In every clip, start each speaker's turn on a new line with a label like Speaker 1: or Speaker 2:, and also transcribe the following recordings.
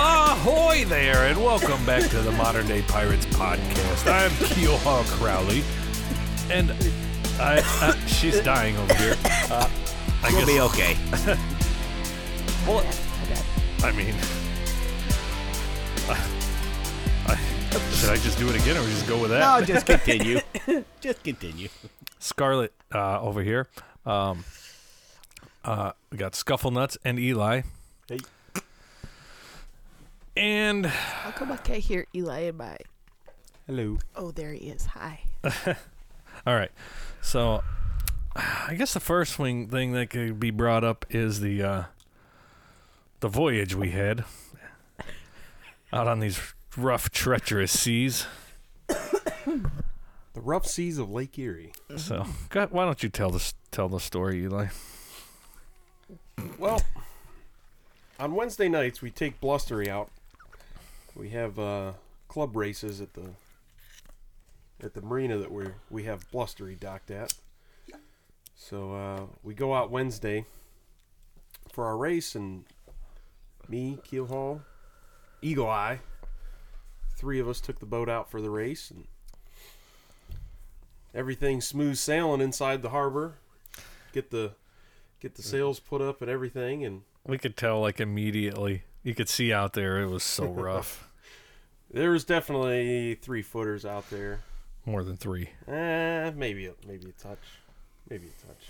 Speaker 1: Ahoy there, and welcome back to the Modern Day Pirates podcast. I'm Keelhaw Crowley, and I, I she's dying over here. Uh, I guess.
Speaker 2: We'll be okay.
Speaker 1: well, I mean, I, I, should I just do it again, or just go with that?
Speaker 2: No, just continue. just continue.
Speaker 1: Scarlet uh, over here. Um, uh, we got Scuffle Nuts and Eli.
Speaker 2: Hey.
Speaker 1: And
Speaker 3: How come I can't hear Eli in my?
Speaker 2: Hello.
Speaker 3: Oh, there he is. Hi.
Speaker 1: all right, so I guess the first thing thing that could be brought up is the uh, the voyage we had out on these rough, treacherous seas.
Speaker 4: The rough seas of Lake Erie.
Speaker 1: So, go, why don't you tell this tell the story, Eli?
Speaker 4: Well, on Wednesday nights we take Blustery out. We have uh, club races at the at the marina that we we have Blustery docked at. So uh, we go out Wednesday for our race, and me, Keel Hall, Eagle Eye, three of us took the boat out for the race, and everything smooth sailing inside the harbor. Get the get the sails put up and everything, and
Speaker 1: We could tell like immediately. You could see out there it was so rough,
Speaker 4: There was definitely three footers out there.
Speaker 1: more than three.
Speaker 4: Eh, maybe a, maybe a touch, maybe a touch.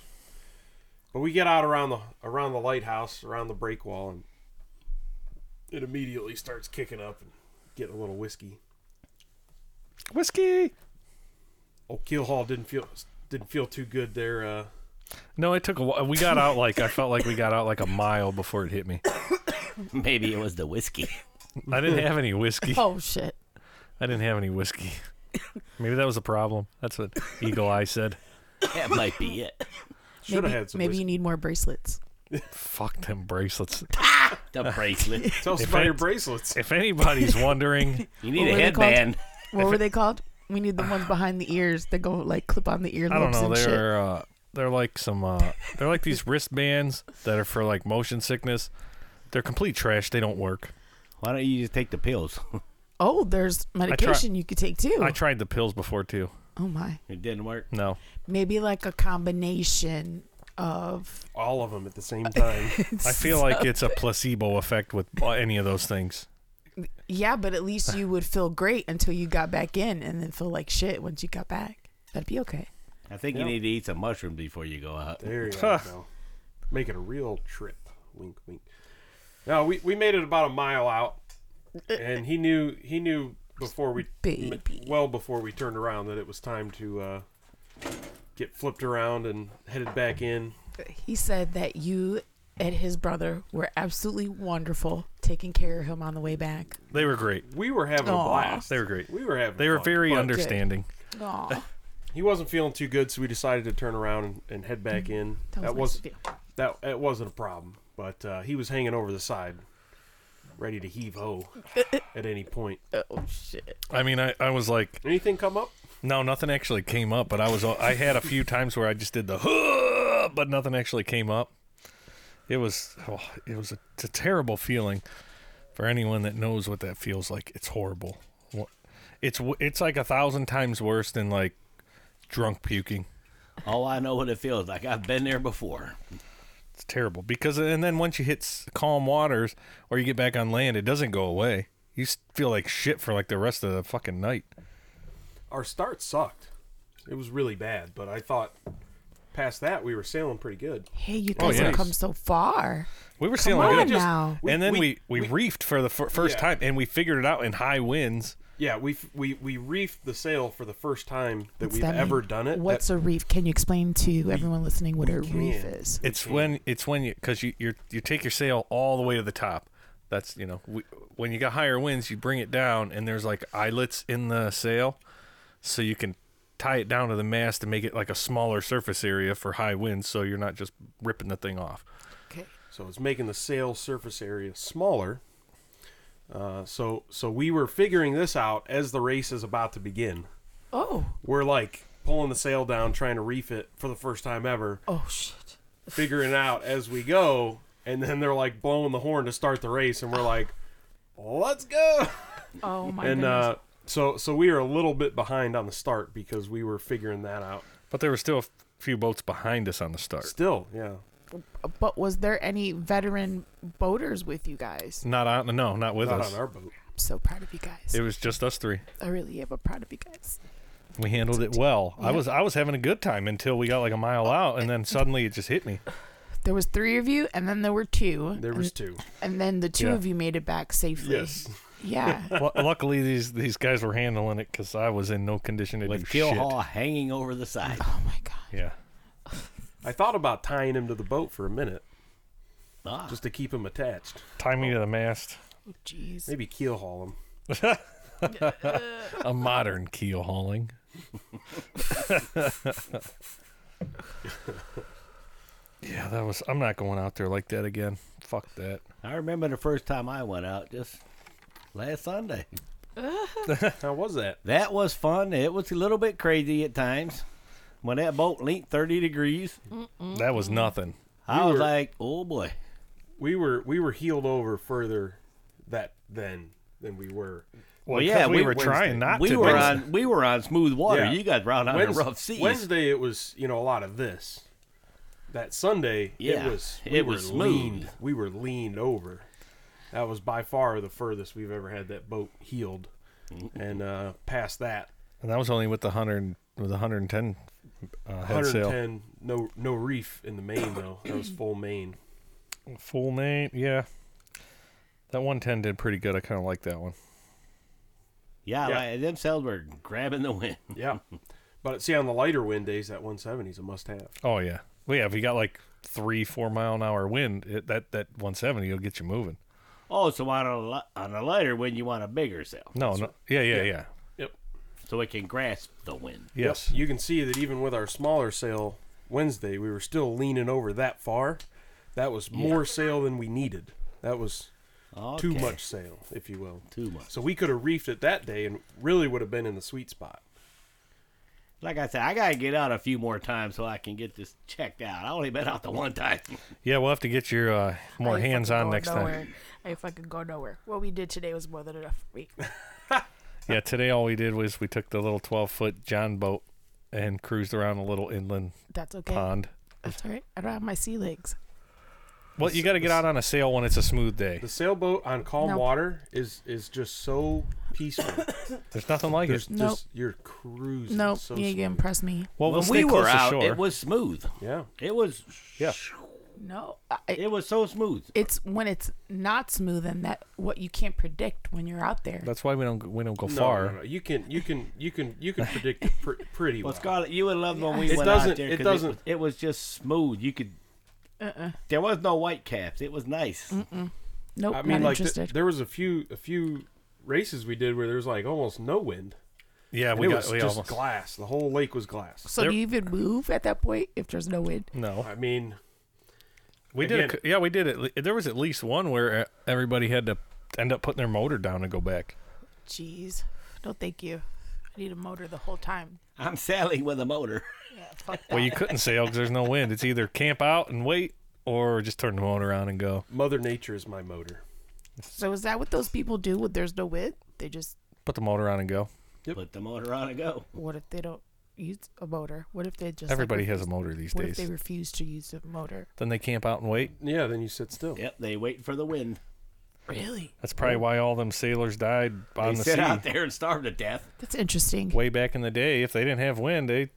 Speaker 4: But we get out around the around the lighthouse, around the break wall, and it immediately starts kicking up and getting a little whiskey.
Speaker 1: Whiskey.
Speaker 4: Old Keel Hall didn't feel didn't feel too good there. Uh,
Speaker 1: No, it took a while. We got out like I felt like we got out like a mile before it hit me.
Speaker 2: Maybe it was the whiskey.
Speaker 1: I didn't have any whiskey.
Speaker 3: Oh shit.
Speaker 1: I didn't have any whiskey. Maybe that was a problem. That's what Eagle Eye said.
Speaker 2: That might be it.
Speaker 4: should
Speaker 3: maybe
Speaker 4: have had some.
Speaker 3: maybe
Speaker 4: whiskey.
Speaker 3: you need more bracelets.
Speaker 1: Fuck them bracelets.
Speaker 2: The bracelet.
Speaker 4: Tell us
Speaker 1: If
Speaker 4: about
Speaker 1: I-
Speaker 4: your bracelets.
Speaker 1: If anybody's wondering,
Speaker 2: You need a
Speaker 3: What were they called?
Speaker 2: headband.
Speaker 3: What were they called? We need the ones behind the ears that go like clip on the earlobes
Speaker 1: I don't know.
Speaker 3: and shit.
Speaker 1: They're uh, they're like some uh, they're like these wristbands that are for like motion sickness. They're complete trash. They don't work.
Speaker 2: Why don't you just take the pills?
Speaker 3: Oh, there's medication you could take too.
Speaker 1: I tried the pills before too.
Speaker 3: oh my.
Speaker 2: It didn't work.
Speaker 1: No.
Speaker 3: Maybe like a combination of
Speaker 4: All of them at the same time.
Speaker 1: I feel like it's a placebo effect with uh, any of those things.
Speaker 3: yeah, but at least you would feel great until you got back in, and then feel like shit once you got back. That'd be okay.
Speaker 2: I think you
Speaker 4: Yep.
Speaker 2: need to eat some mushrooms before you go out.
Speaker 4: There you go. Make it a real trip. Wink, wink. No, we, we made it about a mile out, and he knew he knew before we
Speaker 3: Baby.
Speaker 4: well before we turned around that it was time to uh, get flipped around and headed back in.
Speaker 3: He said that you and his brother were absolutely wonderful, taking care of him on the way back.
Speaker 1: They were great.
Speaker 4: We were having
Speaker 3: Aw.
Speaker 4: a blast.
Speaker 1: They were great.
Speaker 4: We were having.
Speaker 1: They were
Speaker 4: fun,
Speaker 1: very
Speaker 4: but
Speaker 1: understanding.
Speaker 3: Aw,
Speaker 4: He wasn't feeling too good, so we decided to turn around and, and head back in.
Speaker 3: that was, nice
Speaker 4: was
Speaker 3: of you.
Speaker 4: that that wasn't a problem, but uh, he was hanging over the side, ready to heave ho at any point.
Speaker 3: Oh shit!
Speaker 1: I mean, I, I was like,
Speaker 4: Anything come up?
Speaker 1: no, nothing actually came up, but I was I had a few times where I just did the "Huh," but nothing actually came up. It was oh, it was a, it's a terrible feeling for anyone that knows what that feels like. It's horrible. Wha- It's w- it's like a thousand times worse than like drunk puking.
Speaker 2: Oh, I know what it feels like. I've been there before.
Speaker 1: It's terrible because and then once you hit s- calm waters or you get back on land, it doesn't go away. You s- feel like shit for like the rest of the fucking night.
Speaker 4: our start sucked. It was really bad, but I thought past that we were sailing pretty good.
Speaker 3: Hey, you
Speaker 1: Oh,
Speaker 3: guys have
Speaker 1: yes.
Speaker 3: come so far.
Speaker 1: We were
Speaker 3: Come
Speaker 1: sailing
Speaker 3: on
Speaker 1: good.
Speaker 4: just-
Speaker 3: now.
Speaker 4: we-
Speaker 1: and then we,
Speaker 4: we-
Speaker 1: we, reefed for the fir- first
Speaker 4: Yeah.
Speaker 1: time, and we figured it out in high winds.
Speaker 4: Yeah, we f- we we reefed the sail for the first time that
Speaker 3: What's
Speaker 4: we've
Speaker 3: that mean?
Speaker 4: ever done it.
Speaker 3: What's a reef? Can you explain to everyone listening what a reef
Speaker 4: can.
Speaker 3: is?
Speaker 1: It's when it's when you because you you're, you take your sail all the way to the top. That's you know we, when you got higher winds, you bring it down, and there's like eyelets in the sail, so you can tie it down to the mast to make it like a smaller surface area for high winds, so you're not just ripping the thing off.
Speaker 3: Okay.
Speaker 4: so it's making the sail surface area smaller. Uh, so so we were figuring this out as the race is about to begin.
Speaker 3: Oh.
Speaker 4: We're like pulling the sail down, trying to reef it for the first time ever,
Speaker 3: Oh shit.
Speaker 4: figuring it out as we go. And then they're like blowing the horn to start the race, and we're like, let's go.
Speaker 3: Oh my
Speaker 4: and
Speaker 3: goodness.
Speaker 4: uh, so so we were a little bit behind on the start because we were figuring that out.
Speaker 1: But there were still a few boats behind us on the
Speaker 3: Er,
Speaker 1: start.
Speaker 4: Still, yeah. uh,
Speaker 3: but was there any veteran boaters with you guys?
Speaker 1: Not on, no, not with
Speaker 4: Not
Speaker 1: us.
Speaker 4: on our boat.
Speaker 3: I'm so proud of you guys.
Speaker 1: It was just us three.
Speaker 3: I really am. I'm proud of you guys.
Speaker 1: We handled it well. I was I was having a good time until we got like a mile out, and then suddenly it just hit me.
Speaker 3: There was three of you, and then there were two.
Speaker 4: There
Speaker 3: and,
Speaker 4: was two.
Speaker 3: and then the two
Speaker 1: Yeah.
Speaker 3: of you made it back safely.
Speaker 4: Yes.
Speaker 3: Yeah.
Speaker 1: Lu luckily, these these guys were handling it because I was in no condition to do
Speaker 2: With
Speaker 1: shit.
Speaker 2: Gilhaw hanging over the side.
Speaker 3: oh my god.
Speaker 1: Yeah,
Speaker 4: I thought about tying him to the boat for a minute
Speaker 2: Ah,
Speaker 4: just to keep him attached.
Speaker 1: tie me to the mast.
Speaker 3: Oh jeez.
Speaker 4: Maybe keel haul him.
Speaker 1: A modern keel hauling. yeah, that was. I'm not going out there like that again. Fuck that.
Speaker 2: I remember the first time I went out just last Sunday.
Speaker 4: How was that?
Speaker 2: That was fun. It was a little bit crazy at times. When that boat leaked 30 degrees,
Speaker 1: That was nothing.
Speaker 2: I
Speaker 4: We
Speaker 2: was
Speaker 4: were-
Speaker 2: like, oh boy.
Speaker 4: We were we were heeled over further that then than we were.
Speaker 1: Well,
Speaker 2: yeah,
Speaker 1: because we,
Speaker 2: we-
Speaker 1: were trying not
Speaker 2: we
Speaker 1: to.
Speaker 2: were
Speaker 1: but-
Speaker 2: on we were on smooth water.
Speaker 4: Yeah.
Speaker 2: You guys were out on the rough seas.
Speaker 4: Wednesday it was, you know, a lot of this. That Sunday
Speaker 2: Yeah,
Speaker 4: it was
Speaker 2: it
Speaker 4: we were
Speaker 2: was smooth.
Speaker 4: leaned. We were leaned over. That was by far the furthest we've ever had that boat heeled.
Speaker 2: Mm-hmm.
Speaker 4: And uh past that,
Speaker 1: And that was only with the hundred with the hundred and ten uh, head sail.
Speaker 4: 110 no no reef in the main though. That was full main.
Speaker 1: Full mate, yeah. That one ten did pretty good. I kind of like that one.
Speaker 2: yeah,
Speaker 4: Yeah.
Speaker 2: Like, them sails were grabbing the wind.
Speaker 4: Yeah. But see on the lighter wind days that 170 is a must have.
Speaker 1: Oh yeah, well yeah. If you got like three four mile an hour wind, it, that that one seventy will get you moving.
Speaker 2: Oh, so on a li- on a lighter wind, you want a bigger sail
Speaker 1: No, no, yeah, yeah, yeah.
Speaker 4: Yep.
Speaker 2: so it can grasp the wind.
Speaker 1: Yes,
Speaker 4: Yep, You can see that even with our smaller sail Wednesday, we were still leaning over that far. That was more sail than we needed. That was too
Speaker 2: Okay.
Speaker 4: much sail, if you will.
Speaker 2: Too much.
Speaker 4: So we could have reefed it that day and really would have been in the sweet spot.
Speaker 2: Like I said, I gotta get out a few more times so I can get this checked out. I only been out the one time.
Speaker 1: yeah. We'll have to get your uh, more
Speaker 3: I ain't
Speaker 1: hands
Speaker 3: fucking
Speaker 1: on
Speaker 3: going
Speaker 1: next
Speaker 3: nowhere.
Speaker 1: time.
Speaker 3: I ain't fucking go nowhere. What we did today was more than enough for me.
Speaker 1: Yeah, today all we did was we took the little twelve foot John boat and cruised around a little inland
Speaker 3: That's okay.
Speaker 1: pond.
Speaker 3: That's all right. I don't have my sea legs.
Speaker 1: Well, you got to get out on a sail when it's a smooth day.
Speaker 4: The sailboat on calm
Speaker 3: No.
Speaker 4: water is is just so peaceful.
Speaker 1: There's nothing like it.
Speaker 4: There's
Speaker 3: Nope.
Speaker 4: just you're cruising.
Speaker 3: No,
Speaker 4: so
Speaker 3: you ain't
Speaker 4: smooth.
Speaker 3: gonna impress me.
Speaker 1: Well, we'll
Speaker 2: when
Speaker 1: stay
Speaker 2: we
Speaker 1: close
Speaker 2: were
Speaker 1: to
Speaker 2: out,
Speaker 1: shore.
Speaker 2: it was smooth.
Speaker 4: Yeah.
Speaker 2: It was
Speaker 1: Yeah.
Speaker 3: No, I,
Speaker 2: it was so smooth.
Speaker 3: it's when it's not smooth and that what you can't predict when you're out there.
Speaker 1: That's why we don't we don't go
Speaker 4: No,
Speaker 1: far.
Speaker 4: no, no. You can you can you can you can predict it pr- pretty
Speaker 2: Well,
Speaker 4: well.
Speaker 2: Scarlett, you would love when we
Speaker 4: It
Speaker 2: went
Speaker 4: doesn't-
Speaker 2: out there.
Speaker 4: it
Speaker 2: 'cause
Speaker 4: doesn't-
Speaker 2: was- It, was just smooth. You could. There was no white caps. It was nice.
Speaker 3: Nope,
Speaker 4: I mean,
Speaker 3: not
Speaker 4: like th-
Speaker 3: interested.
Speaker 4: there was a few a few races we did where there was like almost no wind.
Speaker 1: Yeah,
Speaker 4: And
Speaker 1: we
Speaker 4: it
Speaker 1: got
Speaker 4: was
Speaker 1: we
Speaker 4: just
Speaker 1: almost
Speaker 4: glass. The whole lake was glass.
Speaker 3: so
Speaker 1: there-
Speaker 3: do you even move at that point if there's no wind?
Speaker 1: no.
Speaker 4: I mean,
Speaker 1: We did, a,
Speaker 4: Again-
Speaker 1: cou- yeah, we did it. There was at least one where uh, everybody had to end up putting their motor down and go back.
Speaker 3: Jeez, no, thank you. I need a motor the whole time.
Speaker 2: I'm sailing with a motor.
Speaker 3: Yeah, fuck
Speaker 1: Well, you couldn't sail because there's no wind. It's either camp out and wait, or just turn the motor on and go.
Speaker 4: Mother Nature is my motor.
Speaker 3: So is that what those people do when there's no wind? They just
Speaker 1: Put the motor on and go.
Speaker 2: Put the motor on and go.
Speaker 3: what if they don't use a motor? What if they just like,
Speaker 1: Everybody has a
Speaker 3: refuse-
Speaker 1: motor these
Speaker 3: What if
Speaker 1: days.
Speaker 3: they refuse to use a motor?
Speaker 1: then they camp out and wait.
Speaker 4: Yeah, then you sit still.
Speaker 2: Yep, they wait for the wind.
Speaker 3: Really?
Speaker 1: That's probably why all them sailors died on
Speaker 2: They
Speaker 1: the
Speaker 2: sit out
Speaker 1: sea
Speaker 2: there and starve to death.
Speaker 3: That's interesting.
Speaker 1: way back in the day. If they didn't have wind, they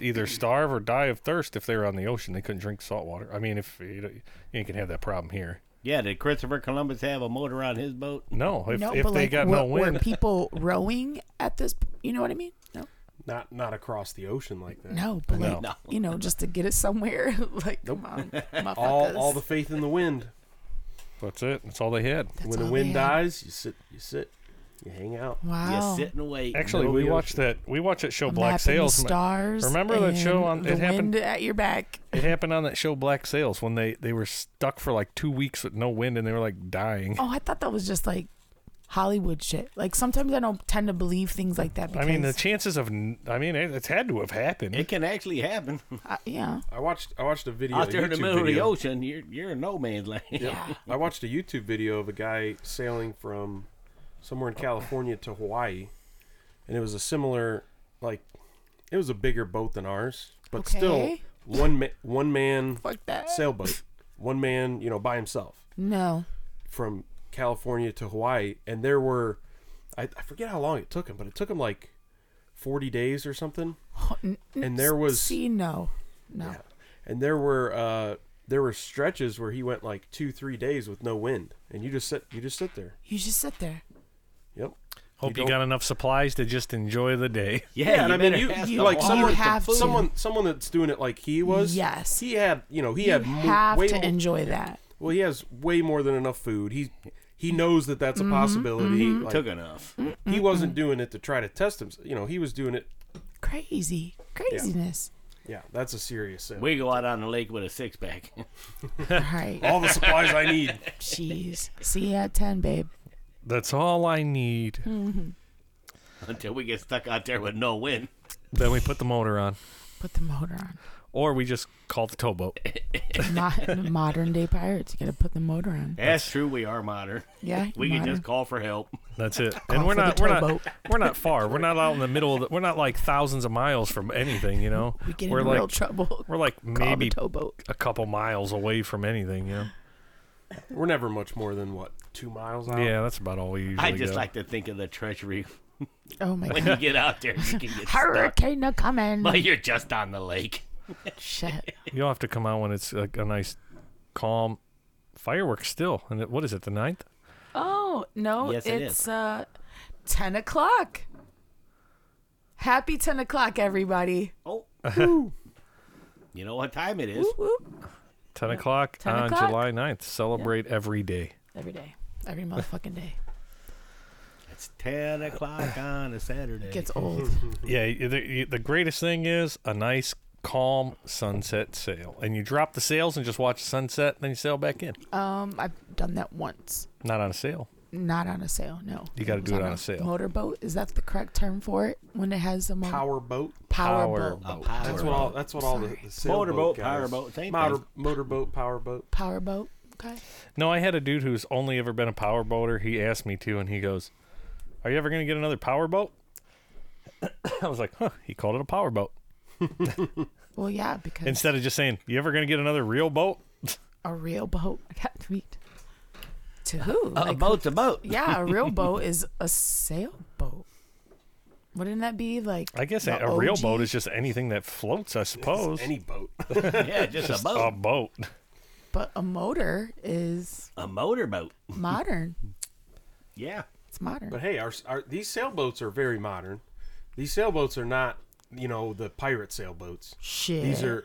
Speaker 1: either starve or die of thirst if they were on the ocean. They couldn't drink salt water. I mean, if you, don't- you ain't gonna have that problem here.
Speaker 2: Yeah, did Christopher Columbus have a motor on his boat?
Speaker 1: No, if,
Speaker 3: no,
Speaker 1: if
Speaker 3: but
Speaker 1: they
Speaker 3: like,
Speaker 1: got
Speaker 3: were,
Speaker 1: no
Speaker 3: were
Speaker 1: wind,
Speaker 3: people rowing at this? You know what I mean? No,
Speaker 4: Not not across the ocean like that.
Speaker 3: no, but like
Speaker 2: No.
Speaker 3: you know, just to get it somewhere. like, come on,
Speaker 4: All
Speaker 3: motherfuckers.
Speaker 4: all the faith in the wind.
Speaker 1: that's it. That's all they had.
Speaker 4: when
Speaker 3: all
Speaker 4: the
Speaker 3: they
Speaker 4: wind
Speaker 3: had.
Speaker 4: dies, you sit you sit, you hang out.
Speaker 3: wow.
Speaker 2: You sit and wait.
Speaker 1: Actually,
Speaker 4: Middle of
Speaker 1: we
Speaker 4: the
Speaker 1: watched that. We watched that show
Speaker 3: A
Speaker 1: Black
Speaker 3: map and the
Speaker 1: Sails.
Speaker 3: Stars.
Speaker 1: Remember that show
Speaker 3: and
Speaker 1: on- it
Speaker 3: the
Speaker 1: happened-
Speaker 3: wind at your back.
Speaker 1: It happened on that show Black Sails when they they were stuck for like two weeks with no wind and they were like dying.
Speaker 3: Oh, I thought that was just like Hollywood shit. Like sometimes I don't tend to believe things like that
Speaker 1: I
Speaker 3: because
Speaker 1: mean, the chances of, n- I mean, it- it's had to have happened.
Speaker 2: It can actually happen
Speaker 3: I- yeah.
Speaker 4: I watched I watched a video
Speaker 2: out
Speaker 4: a
Speaker 2: there in the
Speaker 4: YouTube
Speaker 2: middle of the
Speaker 4: video.
Speaker 2: ocean. You're you're in no man's land.
Speaker 3: Yeah.
Speaker 4: I watched a YouTube video of a guy sailing from somewhere in California to Hawaii, and it was a similar, like, it was a bigger boat than ours, but still
Speaker 3: Okay.
Speaker 4: one ma- one man
Speaker 3: Fuck that.
Speaker 4: sailboat, one man, you know, by himself
Speaker 3: No.
Speaker 4: from California to Hawaii, and there were, I, I forget how long it took him, but it took him like forty days or something,
Speaker 3: N- n-
Speaker 4: and there was
Speaker 3: see no. No.
Speaker 4: and there were uh there were stretches where he went like two three days with no wind, and you just sit you just sit there.
Speaker 3: You just sit there.
Speaker 4: Yep.
Speaker 1: Hope
Speaker 4: You
Speaker 1: you, got enough supplies to just enjoy the day.
Speaker 2: Yeah,
Speaker 4: Yeah, and
Speaker 2: you
Speaker 4: I mean,
Speaker 2: better
Speaker 4: you,
Speaker 2: have
Speaker 4: you-
Speaker 2: some
Speaker 4: like
Speaker 2: water.
Speaker 4: someone,
Speaker 3: You have to.
Speaker 4: someone, someone that's doing it like he was.
Speaker 3: Yes.
Speaker 4: he had, you know, he
Speaker 3: You
Speaker 4: had mo-
Speaker 3: have
Speaker 4: way
Speaker 3: to
Speaker 4: more,
Speaker 3: enjoy that.
Speaker 4: Well, he has way more than enough food. He he knows that that's a
Speaker 3: Mm-hmm.
Speaker 4: possibility. Like,
Speaker 2: took enough.
Speaker 4: he wasn't doing it to try to test him. You know, he was doing it.
Speaker 3: Crazy. Craziness.
Speaker 4: Yeah, that's a serious sin.
Speaker 2: We go out on the lake with a six pack.
Speaker 3: All right.
Speaker 4: All the supplies I need.
Speaker 3: Jeez. See you at 10, babe.
Speaker 1: That's all I need.
Speaker 3: Hmm.
Speaker 2: until we get stuck out there with no wind.
Speaker 1: Then we put the motor on,
Speaker 3: Put the motor on.
Speaker 1: or we just call the towboat.
Speaker 3: Mo- modern day pirates. You got to put the motor on.
Speaker 2: That's true. We are modern.
Speaker 3: Yeah.
Speaker 2: We
Speaker 3: modern.
Speaker 2: can just call for help.
Speaker 1: That's it. And we're
Speaker 3: for the
Speaker 1: not, we're not,
Speaker 3: towboat.
Speaker 1: we're not far. We're not out in the middle. Of the, we're not like thousands of miles from anything. You know,
Speaker 3: we get in
Speaker 1: are like,
Speaker 3: real trouble.
Speaker 1: we're like
Speaker 3: Call the
Speaker 1: maybe
Speaker 3: towboat.
Speaker 1: a couple miles away from anything. You know.
Speaker 4: We're never much more than what two miles out.
Speaker 1: Yeah, that's about all we usually.
Speaker 2: I just
Speaker 1: go.
Speaker 2: like to think of the treachery.
Speaker 3: Oh my
Speaker 2: When
Speaker 3: god.
Speaker 2: you get out there, you can get stuck.
Speaker 3: Hurricane a coming.
Speaker 2: But you're just on the lake.
Speaker 3: Shit.
Speaker 1: You'll have to come out when it's like a nice, calm fireworks still. And it, what is it? The ninth?
Speaker 3: Oh no!
Speaker 2: Yes, it
Speaker 3: it's
Speaker 2: is.
Speaker 3: uh, ten o'clock. Happy ten o'clock, everybody!
Speaker 2: Oh. you know what time it is?
Speaker 3: Whoop, whoop.
Speaker 1: Ten o'clock
Speaker 3: 10
Speaker 1: on
Speaker 3: o'clock.
Speaker 1: July 9th. Celebrate every day.
Speaker 3: Every day, every motherfucking day
Speaker 2: It's 10 o'clock on a Saturday.
Speaker 3: gets old.
Speaker 1: Yeah, y- the, y- the greatest thing is a nice, calm sunset sail. And you drop the sails and just watch the sunset, then you sail back in.
Speaker 3: um, I've done that once.
Speaker 1: Not on a sail.
Speaker 3: Not on a sail, no.
Speaker 1: You gotta
Speaker 3: It was
Speaker 1: do it on a sail.
Speaker 3: Motorboat is that the correct term for it when it has a mo-
Speaker 4: Power boat.
Speaker 3: power,
Speaker 1: Power
Speaker 3: boat.
Speaker 2: a
Speaker 1: boat.
Speaker 2: power
Speaker 4: That's what all. That's what all the, the sailboat
Speaker 2: Motorboat,
Speaker 4: guys-
Speaker 2: power boat, same
Speaker 4: motor,
Speaker 2: thing.
Speaker 4: motorboat, power boat.
Speaker 3: Power boat. Okay.
Speaker 1: No, I had a dude who's only ever been a power boater. He asked me to, and he goes, Are you ever going to get another power boat? I was like, Huh, he called it a power boat.
Speaker 3: Well, yeah, because
Speaker 1: Instead of just saying, You ever going to get another real boat?
Speaker 3: a real boat. I got tweet. To
Speaker 2: a
Speaker 3: who? Like,
Speaker 2: boat's a boat.
Speaker 3: yeah, a real boat is a sailboat. Wouldn't that be like?
Speaker 1: I guess a,
Speaker 3: the
Speaker 1: a real
Speaker 3: OG?
Speaker 1: boat is just anything that floats, I suppose.
Speaker 4: Any boat.
Speaker 2: Yeah, just, a
Speaker 1: a
Speaker 2: boat.
Speaker 1: boat.
Speaker 3: But a motor is
Speaker 2: A, motorboat.
Speaker 3: modern.
Speaker 2: Yeah.
Speaker 3: It's modern.
Speaker 4: But hey, our, our these sailboats are very modern. These sailboats are not, you know, the pirate sailboats.
Speaker 3: Shit.
Speaker 4: These are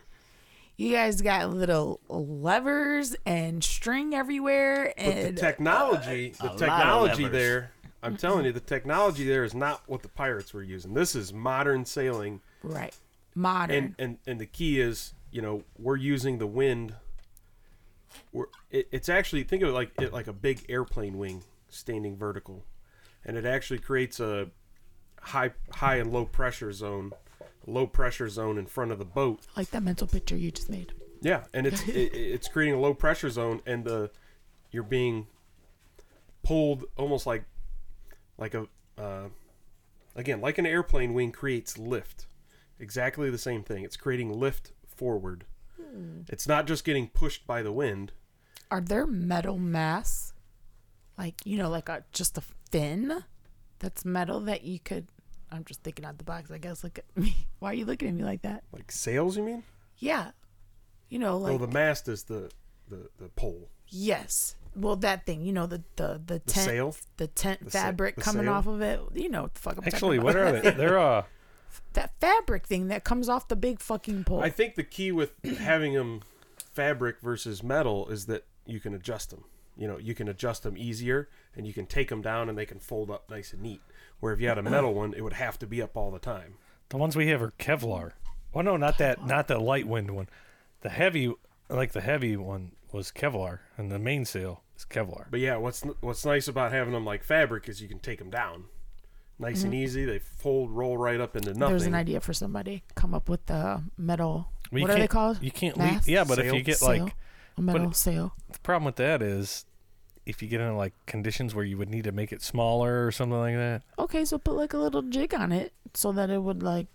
Speaker 3: you guys got little levers and string everywhere
Speaker 4: but the
Speaker 3: and
Speaker 4: technology.
Speaker 2: lot
Speaker 4: The
Speaker 2: of
Speaker 4: technology
Speaker 2: levers.
Speaker 4: there. I'm telling you, the technology there is not what the pirates were using. This is modern sailing,
Speaker 3: right. Modern.
Speaker 4: and and and the key is, you know, we're using the wind. We're it, it's actually think of it like it like a big airplane wing standing vertical, and it actually creates a high high and low pressure zone, low pressure zone in front of the boat.
Speaker 3: like that mental picture you just made.
Speaker 4: Yeah, and it's it, it's creating a low pressure zone, and the you're being pulled almost like like a uh, again like an airplane wing creates lift. Exactly the same thing. It's creating lift forward. It's not just getting pushed by the wind.
Speaker 3: Are there metal mass? Like, you know, like a just a fin that's metal that you could I'm just thinking out the box, I guess. Look at me. Why are you looking at me like that?
Speaker 4: Like sails, you mean?
Speaker 3: Yeah. You know,
Speaker 4: Oh,
Speaker 3: like
Speaker 4: the mast is the the, the pole.
Speaker 3: Yes. Well, that thing, you know, the the the tent,
Speaker 4: sail?
Speaker 3: the tent
Speaker 4: sa-
Speaker 3: fabric
Speaker 4: the
Speaker 3: coming
Speaker 4: sail?
Speaker 3: off of it. You know what the fuck I'm talking
Speaker 1: Actually,
Speaker 3: about.
Speaker 1: what are they? They're uh
Speaker 3: that fabric thing that comes off the big fucking pole.
Speaker 4: I think the key with having them fabric versus metal is that you can adjust them. You know, you can adjust them easier, and you can take them down, and they can fold up nice and neat. Where if you had a metal one, it would have to be up all the time.
Speaker 1: the ones we have are Kevlar. Oh no, not that, not the light wind one. The heavy, like the heavy one was Kevlar, and the mainsail It's Kevlar.
Speaker 4: But yeah, what's n- what's nice about having them like fabric is you can take them down, nice and easy. They fold, roll right up into nothing.
Speaker 3: Mm-hmm. There's an idea for somebody. Come up with the metal.
Speaker 1: Well, you
Speaker 3: what are they
Speaker 1: can't-
Speaker 3: called?
Speaker 1: You can't.
Speaker 3: Mass?
Speaker 1: leave yeah, but if
Speaker 4: Sail?
Speaker 1: you get
Speaker 3: Sail?
Speaker 1: like
Speaker 3: a metal
Speaker 1: it-
Speaker 3: sail.
Speaker 1: the problem with that is if you get into like conditions where you would need to make it smaller or something like that.
Speaker 3: Okay, so put like a little jig on it so that it would like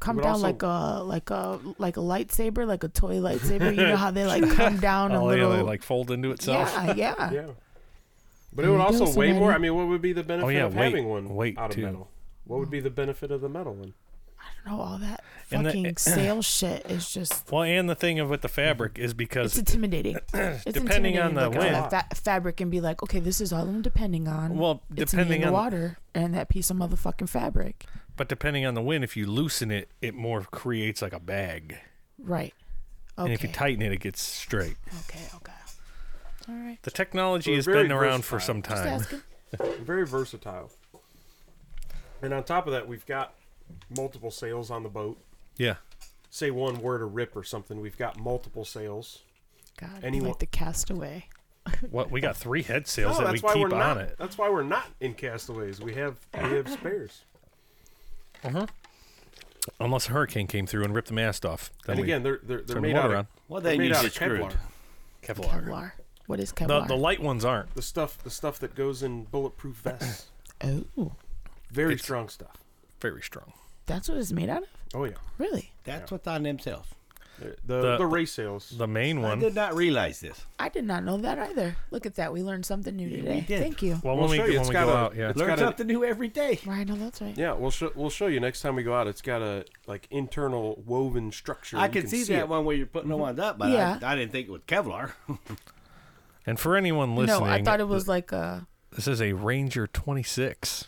Speaker 3: come
Speaker 4: would
Speaker 3: down
Speaker 4: also-
Speaker 3: like a like a like a lightsaber, like a toy lightsaber. You know how they like come down a
Speaker 1: Oh, yeah,
Speaker 3: little.
Speaker 1: they like fold into itself.
Speaker 3: yeah, yeah.
Speaker 4: Yeah, but
Speaker 3: There
Speaker 4: it would
Speaker 3: you go,
Speaker 4: also weigh more.
Speaker 3: somebody.
Speaker 4: I mean, what would be the benefit
Speaker 1: Oh, yeah,
Speaker 4: of
Speaker 1: weight-
Speaker 4: having one
Speaker 1: weight,
Speaker 4: out of
Speaker 1: too.
Speaker 4: metal? What would be the benefit of the metal one?
Speaker 3: I don't know all that
Speaker 1: And the-
Speaker 3: fucking sail shit is just
Speaker 1: Well, and the thing of with the fabric is
Speaker 3: it's
Speaker 1: because
Speaker 3: intimidating. It's
Speaker 1: Depending on
Speaker 3: intimidating
Speaker 1: the
Speaker 3: to look at all
Speaker 4: wind.
Speaker 3: that fa- fabric and be like, okay, this is all I'm depending on.
Speaker 1: well,
Speaker 3: it's me
Speaker 1: depending
Speaker 3: in the
Speaker 1: on
Speaker 3: water and that piece of motherfucking fabric,
Speaker 1: but depending on the wind, if you loosen it, it more creates like a bag,
Speaker 3: right?
Speaker 1: and if you
Speaker 3: Okay.
Speaker 1: tighten it, it gets straight.
Speaker 3: okay. Okay. All right.
Speaker 1: The technology
Speaker 4: We're
Speaker 1: has
Speaker 4: very
Speaker 1: been around for
Speaker 4: versatile.
Speaker 1: some
Speaker 3: Just
Speaker 1: time.
Speaker 3: asking.
Speaker 4: Very versatile. And on top of that, we've got multiple sails on the boat.
Speaker 1: Yeah,
Speaker 4: Say one were to rip or something, we've got multiple sails.
Speaker 3: God, I'm
Speaker 4: Anyone-
Speaker 3: like the castaway.
Speaker 1: what we got three head sails
Speaker 4: No,
Speaker 1: that we
Speaker 4: Oh, that's why
Speaker 1: keep
Speaker 4: we're
Speaker 1: on
Speaker 4: not.
Speaker 1: it.
Speaker 4: That's why we're not in castaways. We have we have spares.
Speaker 1: Uh-huh. Unless a hurricane came through and ripped the mast off, then
Speaker 4: And
Speaker 1: we
Speaker 4: again, they're they're, they're
Speaker 1: turn the
Speaker 4: made out
Speaker 1: water
Speaker 4: of
Speaker 1: on.
Speaker 2: Well,
Speaker 4: they're
Speaker 2: then
Speaker 4: made
Speaker 2: you
Speaker 4: out
Speaker 2: get
Speaker 4: of
Speaker 2: screwed.
Speaker 4: Kevlar.
Speaker 1: Kevlar.
Speaker 3: Kevlar. What is
Speaker 1: The,
Speaker 3: Kevlar?
Speaker 1: the light ones aren't.
Speaker 4: The stuff the stuff that goes in bulletproof vests.
Speaker 3: oh,
Speaker 4: Very
Speaker 1: It's-
Speaker 4: strong stuff.
Speaker 1: very strong.
Speaker 3: that's what it's made out of.
Speaker 4: Oh yeah.
Speaker 3: Really?
Speaker 2: That's what's on themselves.
Speaker 4: The the,
Speaker 1: The-
Speaker 4: the race sails.
Speaker 1: The main
Speaker 2: I
Speaker 1: one.
Speaker 2: did not realize this.
Speaker 3: I did not know that either. Look at that. We learned something new
Speaker 2: Yeah, we
Speaker 3: today.
Speaker 2: did.
Speaker 3: Thank you.
Speaker 1: Well,
Speaker 4: We'll
Speaker 1: when we
Speaker 4: show you.
Speaker 1: when
Speaker 4: It's
Speaker 1: we
Speaker 4: got
Speaker 1: go
Speaker 4: a-
Speaker 1: out, yeah,
Speaker 4: it's
Speaker 2: Learn
Speaker 4: got a-
Speaker 2: something new every day.
Speaker 3: Right. No, that's right.
Speaker 4: yeah, we'll show we'll show you next time we go out. It's got a like internal woven structure.
Speaker 2: I
Speaker 4: You
Speaker 2: can, see, Mm-hmm. that
Speaker 4: it.
Speaker 2: one where you're putting the ones up, but
Speaker 3: Yeah.
Speaker 2: I, I didn't think it was Kevlar.
Speaker 1: and for anyone listening,
Speaker 3: no, I thought it was like a.
Speaker 1: This is a Ranger 26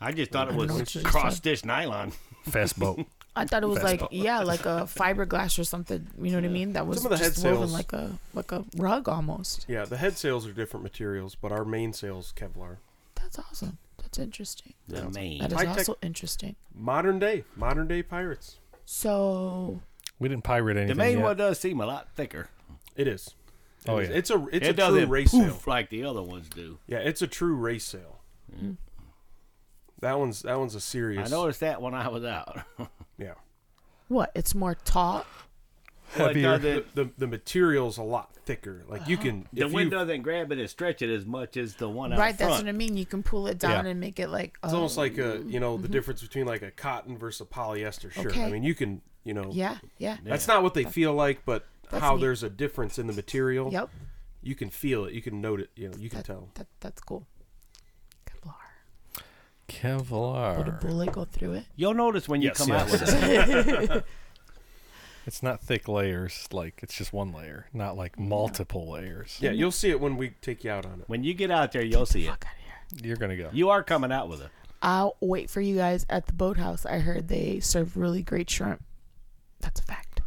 Speaker 2: I just thought it
Speaker 3: I don't know
Speaker 2: was
Speaker 3: what you
Speaker 2: cross
Speaker 3: said.
Speaker 2: stitch nylon.
Speaker 1: fast boat.
Speaker 3: I thought it was like
Speaker 1: Fastball.
Speaker 3: yeah, like a fiberglass or something. You know what I mean? That was
Speaker 4: Some of the
Speaker 3: just
Speaker 4: head
Speaker 3: woven
Speaker 4: sails-
Speaker 3: like a like a rug almost.
Speaker 4: Yeah, the head sails are different materials, but our main sails Kevlar.
Speaker 3: That's awesome. That's interesting.
Speaker 2: The main.
Speaker 3: That is
Speaker 4: High tech-
Speaker 3: also interesting.
Speaker 4: Modern day, modern day pirates.
Speaker 3: So
Speaker 1: We didn't pirate anything.
Speaker 2: The main
Speaker 1: yet.
Speaker 2: one does seem a lot thicker.
Speaker 4: It is. It
Speaker 1: Oh,
Speaker 4: is.
Speaker 1: yeah.
Speaker 4: It's a it's
Speaker 2: it
Speaker 4: a true
Speaker 2: doesn't
Speaker 4: race
Speaker 2: poof
Speaker 4: sail.
Speaker 2: like the other ones do.
Speaker 4: Yeah, it's a true race sail.
Speaker 3: Mm-hmm.
Speaker 4: That one's that one's a serious.
Speaker 2: I noticed that when I was out.
Speaker 4: Yeah.
Speaker 3: what? It's more taut.
Speaker 2: Well, it
Speaker 1: Heavier.
Speaker 2: doesn't-
Speaker 4: The the material's a lot thicker. Like you can
Speaker 2: the
Speaker 4: if
Speaker 2: wind
Speaker 4: you,
Speaker 2: doesn't grab it and stretch it as much as the one out
Speaker 3: right.
Speaker 2: front.
Speaker 3: That's what I mean. You can pull it down
Speaker 1: Yeah.
Speaker 3: and make it like.
Speaker 4: It's
Speaker 3: uh,
Speaker 4: almost like a you know the difference between like a cotton versus a polyester shirt. I
Speaker 3: Mm-hmm. Okay.
Speaker 4: mean, you can you know
Speaker 3: yeah. Yeah.
Speaker 4: that's not what they feel like, but
Speaker 3: That's
Speaker 4: how
Speaker 3: neat.
Speaker 4: there's a difference in the material.
Speaker 3: Yep.
Speaker 4: You can feel it. You can note it. You know, you can
Speaker 3: That,
Speaker 4: tell.
Speaker 3: that that's cool. Kevlar. Would a
Speaker 1: Kevlar.
Speaker 3: bullet go through it?
Speaker 2: You'll notice when you
Speaker 1: Yes,
Speaker 2: come out
Speaker 1: yes.
Speaker 2: with it.
Speaker 1: It's not thick layers. Like it's just one layer, not like multiple layers.
Speaker 4: Yeah, you'll see it when we take you out on it.
Speaker 2: When you get out there, you'll see it.
Speaker 3: Fuck out of here.
Speaker 1: You're gonna go.
Speaker 2: You are coming out with it.
Speaker 3: I'll wait for you guys at the boathouse. I heard they serve really great shrimp. That's a fact.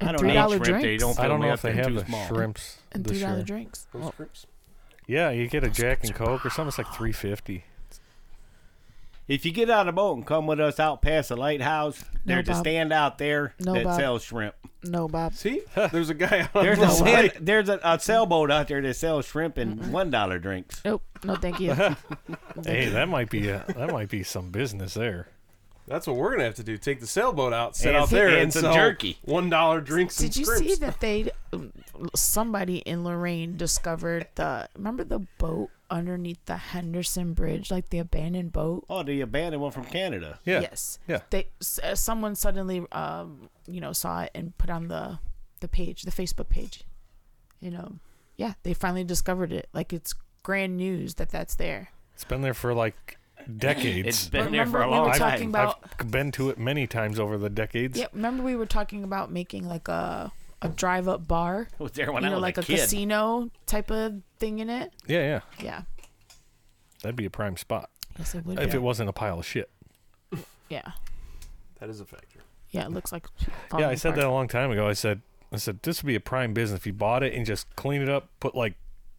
Speaker 3: And
Speaker 2: I don't
Speaker 3: three
Speaker 2: know
Speaker 3: dollar
Speaker 2: shrimp
Speaker 3: drinks.
Speaker 2: they don't-
Speaker 1: I don't
Speaker 2: Way
Speaker 1: know
Speaker 2: up
Speaker 1: if they
Speaker 2: there,
Speaker 1: have
Speaker 2: too
Speaker 1: the
Speaker 2: small.
Speaker 1: shrimps.
Speaker 3: and
Speaker 1: the
Speaker 3: three dollar
Speaker 1: shrimp.
Speaker 3: drinks.
Speaker 2: Oh.
Speaker 4: Those crimps.
Speaker 1: Yeah, you get a Jack and Coke or something. It's like three fifty.
Speaker 2: If you get out of the boat and come with us out past the lighthouse,
Speaker 3: No,
Speaker 2: there's a
Speaker 3: Bob.
Speaker 2: stand out there
Speaker 3: No,
Speaker 2: that
Speaker 3: Bob.
Speaker 2: sells shrimp.
Speaker 3: No, Bob.
Speaker 4: See, there's a guy out on
Speaker 2: There's
Speaker 4: the
Speaker 2: a stand,
Speaker 4: side.
Speaker 2: there's a, a sailboat out there that sells shrimp and one dollar drinks.
Speaker 3: Nope. No, thank you.
Speaker 1: Hey, that might be a, that might be some business there.
Speaker 4: That's what we're gonna have to do. Take the sailboat out, sit
Speaker 2: And
Speaker 4: out
Speaker 2: some-
Speaker 4: there,
Speaker 2: and
Speaker 4: and
Speaker 2: some
Speaker 4: sell
Speaker 2: jerky.
Speaker 4: one dollar drinks.
Speaker 3: Did
Speaker 4: and
Speaker 3: you
Speaker 4: crimps.
Speaker 3: see that they somebody in Lorraine discovered the remember the boat underneath the Henderson Bridge, like the abandoned boat?
Speaker 2: Oh, the abandoned one from Canada.
Speaker 1: Yeah.
Speaker 3: Yes.
Speaker 1: Yeah.
Speaker 3: They s- uh, someone suddenly um you know saw it and put on the the page, the Facebook page. You know. Yeah, they finally discovered it. Like it's grand news that that's there.
Speaker 1: It's been there for like decades.
Speaker 2: It's been there
Speaker 3: remember
Speaker 2: for a
Speaker 3: we were
Speaker 2: long
Speaker 1: I've,
Speaker 2: time.
Speaker 3: talking about-
Speaker 1: I've been to it many times over the decades.
Speaker 3: Yeah, remember we were talking about making like a a drive up bar,
Speaker 2: I was there when
Speaker 3: you
Speaker 2: I
Speaker 3: know,
Speaker 2: was
Speaker 3: like
Speaker 2: a,
Speaker 3: a,
Speaker 2: kid.
Speaker 3: casino type of thing in it.
Speaker 1: Yeah, yeah.
Speaker 3: Yeah.
Speaker 1: That'd be a prime spot
Speaker 3: Yes, it would.
Speaker 1: if
Speaker 3: be.
Speaker 1: it wasn't a pile of shit.
Speaker 3: yeah.
Speaker 4: That is a factor.
Speaker 3: Yeah, it looks like.
Speaker 1: Yeah, I said that a long time ago. I said, I said this would be a prime business if you bought it and just clean it up, put like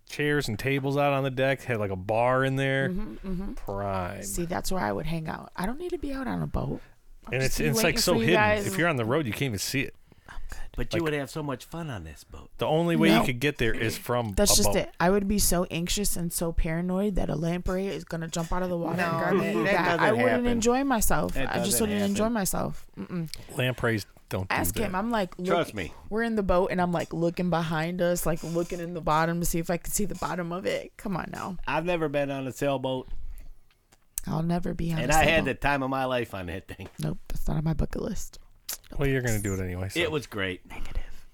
Speaker 1: chairs and tables out on the deck, had like a bar in there. Prime,
Speaker 3: Mm-hmm, See, that's where I would hang out. I don't need to be out on a boat.
Speaker 1: and it's
Speaker 3: just be
Speaker 1: it's
Speaker 3: waiting
Speaker 1: like so
Speaker 3: for you
Speaker 1: hidden.
Speaker 3: guys.
Speaker 1: If you're on the road, you can't even see it.
Speaker 3: I'm good.
Speaker 2: But you would have so much fun on this boat.
Speaker 1: The only way you
Speaker 3: No.
Speaker 1: could get there is from
Speaker 3: That's
Speaker 1: a
Speaker 3: just
Speaker 1: boat.
Speaker 3: it. I would be so anxious and so paranoid that a lamprey is gonna jump out of the water
Speaker 2: No,
Speaker 3: and grab me.
Speaker 2: that
Speaker 3: That I
Speaker 2: doesn't
Speaker 3: wouldn't
Speaker 2: happen.
Speaker 3: enjoy myself.
Speaker 2: That
Speaker 3: I just
Speaker 2: doesn't
Speaker 3: wouldn't enjoy
Speaker 2: happen.
Speaker 3: myself. Mm-mm.
Speaker 1: Lampreys don't do
Speaker 3: Ask
Speaker 1: that.
Speaker 3: him. I'm like, look,
Speaker 2: Trust me.
Speaker 3: We're in the boat and I'm like looking behind us, like looking in the bottom to see if I can see the bottom of it. Come on now.
Speaker 2: I've never been on a sailboat,
Speaker 3: I'll never be on.
Speaker 2: and
Speaker 3: a
Speaker 2: I had the
Speaker 3: sailboat.
Speaker 2: time of my life on that thing.
Speaker 3: Nope, that's not on my bucket list.
Speaker 1: well, you're gonna do it anyway. So.
Speaker 2: It was great.
Speaker 3: Negative.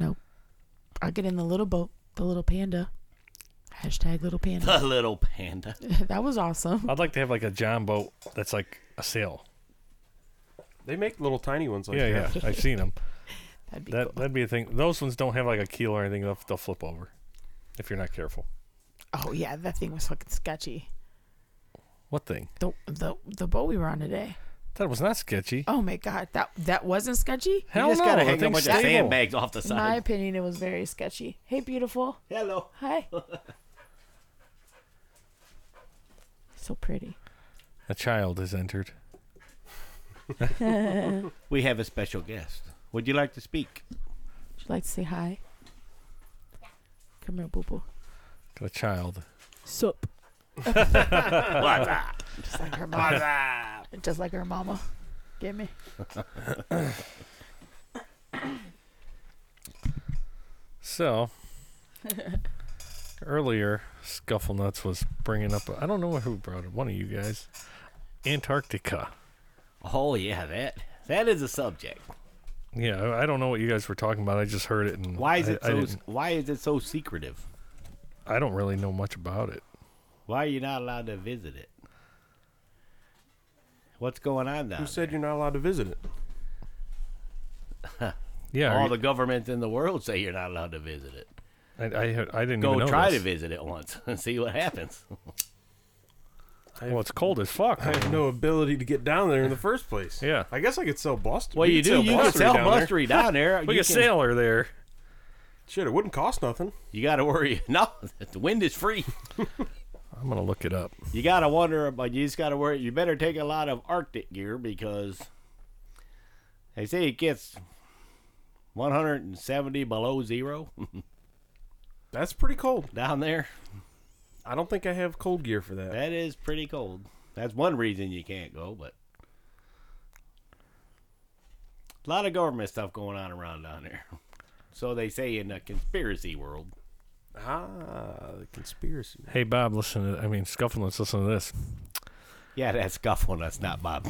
Speaker 3: Nope. I'll get in the little boat, the little panda. Hashtag little panda.
Speaker 2: The little panda.
Speaker 3: that was awesome.
Speaker 1: I'd like to have like a John boat that's like a sail.
Speaker 4: They make little tiny ones like
Speaker 1: yeah,
Speaker 4: that.
Speaker 1: yeah. I've seen them.
Speaker 3: That'd be
Speaker 1: That
Speaker 3: cool.
Speaker 1: that'd be a thing. Those ones don't have like a keel or anything. They'll, they'll flip over if you're not careful.
Speaker 3: Oh yeah, that thing was fucking sketchy.
Speaker 1: What thing?
Speaker 3: The the the boat we were on today.
Speaker 1: That was not sketchy.
Speaker 3: Oh my god, that that wasn't sketchy.
Speaker 1: Hell
Speaker 2: you just
Speaker 1: no.
Speaker 2: gotta
Speaker 1: the
Speaker 2: hang a
Speaker 1: thing's
Speaker 2: bunch of
Speaker 1: stable.
Speaker 2: sandbags off the
Speaker 3: In my
Speaker 2: side.
Speaker 3: opinion, it was very sketchy. Hey, beautiful.
Speaker 2: Hello.
Speaker 3: Hi. so pretty.
Speaker 1: A child has entered.
Speaker 2: We have a special guest. Would you like to speak?
Speaker 3: Would you like to say hi? Come here, boo boo.
Speaker 1: A child.
Speaker 3: Sup.
Speaker 2: What's up?
Speaker 3: Just like her mama. Just like her mama. Get me.
Speaker 1: So earlier, Scuffle Nuts was bringing up. I don't know who brought it. One of you guys. Antarctica.
Speaker 2: Oh yeah, that that is a subject.
Speaker 1: Yeah, I- I don't know what you guys were talking about. I just heard it, and
Speaker 2: Why is
Speaker 1: I-
Speaker 2: it
Speaker 1: I,
Speaker 2: so?
Speaker 1: didn't-
Speaker 2: why is it so secretive?
Speaker 1: I don't really know much about it.
Speaker 2: Why are you not allowed to visit it? What's going on down
Speaker 4: Who said
Speaker 2: there?
Speaker 4: you're not allowed to visit it?
Speaker 1: Yeah, are
Speaker 2: All
Speaker 1: you-
Speaker 2: the governments in the world say you're not allowed to visit it.
Speaker 1: I, I, I didn't even
Speaker 2: Go
Speaker 1: know
Speaker 2: try
Speaker 1: this.
Speaker 2: to visit it once and see what happens.
Speaker 1: Well, it's cold as fuck.
Speaker 4: I have no ability to get down there in the first place.
Speaker 1: Yeah.
Speaker 4: I guess I could sell blustery.
Speaker 2: Well, you do. You can sell
Speaker 4: down there.
Speaker 2: blustery down there.
Speaker 1: Look
Speaker 2: you
Speaker 1: at
Speaker 2: can-
Speaker 1: sailor there.
Speaker 4: Shit, it wouldn't cost nothing.
Speaker 2: You got to worry. No, the wind is free.
Speaker 1: I'm gonna look it up.
Speaker 2: You got to wonder, but you just got to worry. You better take a lot of Arctic gear because they say it gets 170 below zero
Speaker 4: That's pretty cold.
Speaker 2: down there.
Speaker 4: I don't think I have cold gear for that.
Speaker 2: That is pretty cold. That's one reason you can't go, but a lot of government stuff going on around down there. So they say in the conspiracy world.
Speaker 4: Ah, the conspiracy.
Speaker 1: Hey Bob, listen to I mean Scuffle, let's listen to this.
Speaker 2: Yeah, that's scuffling. That's not Bob.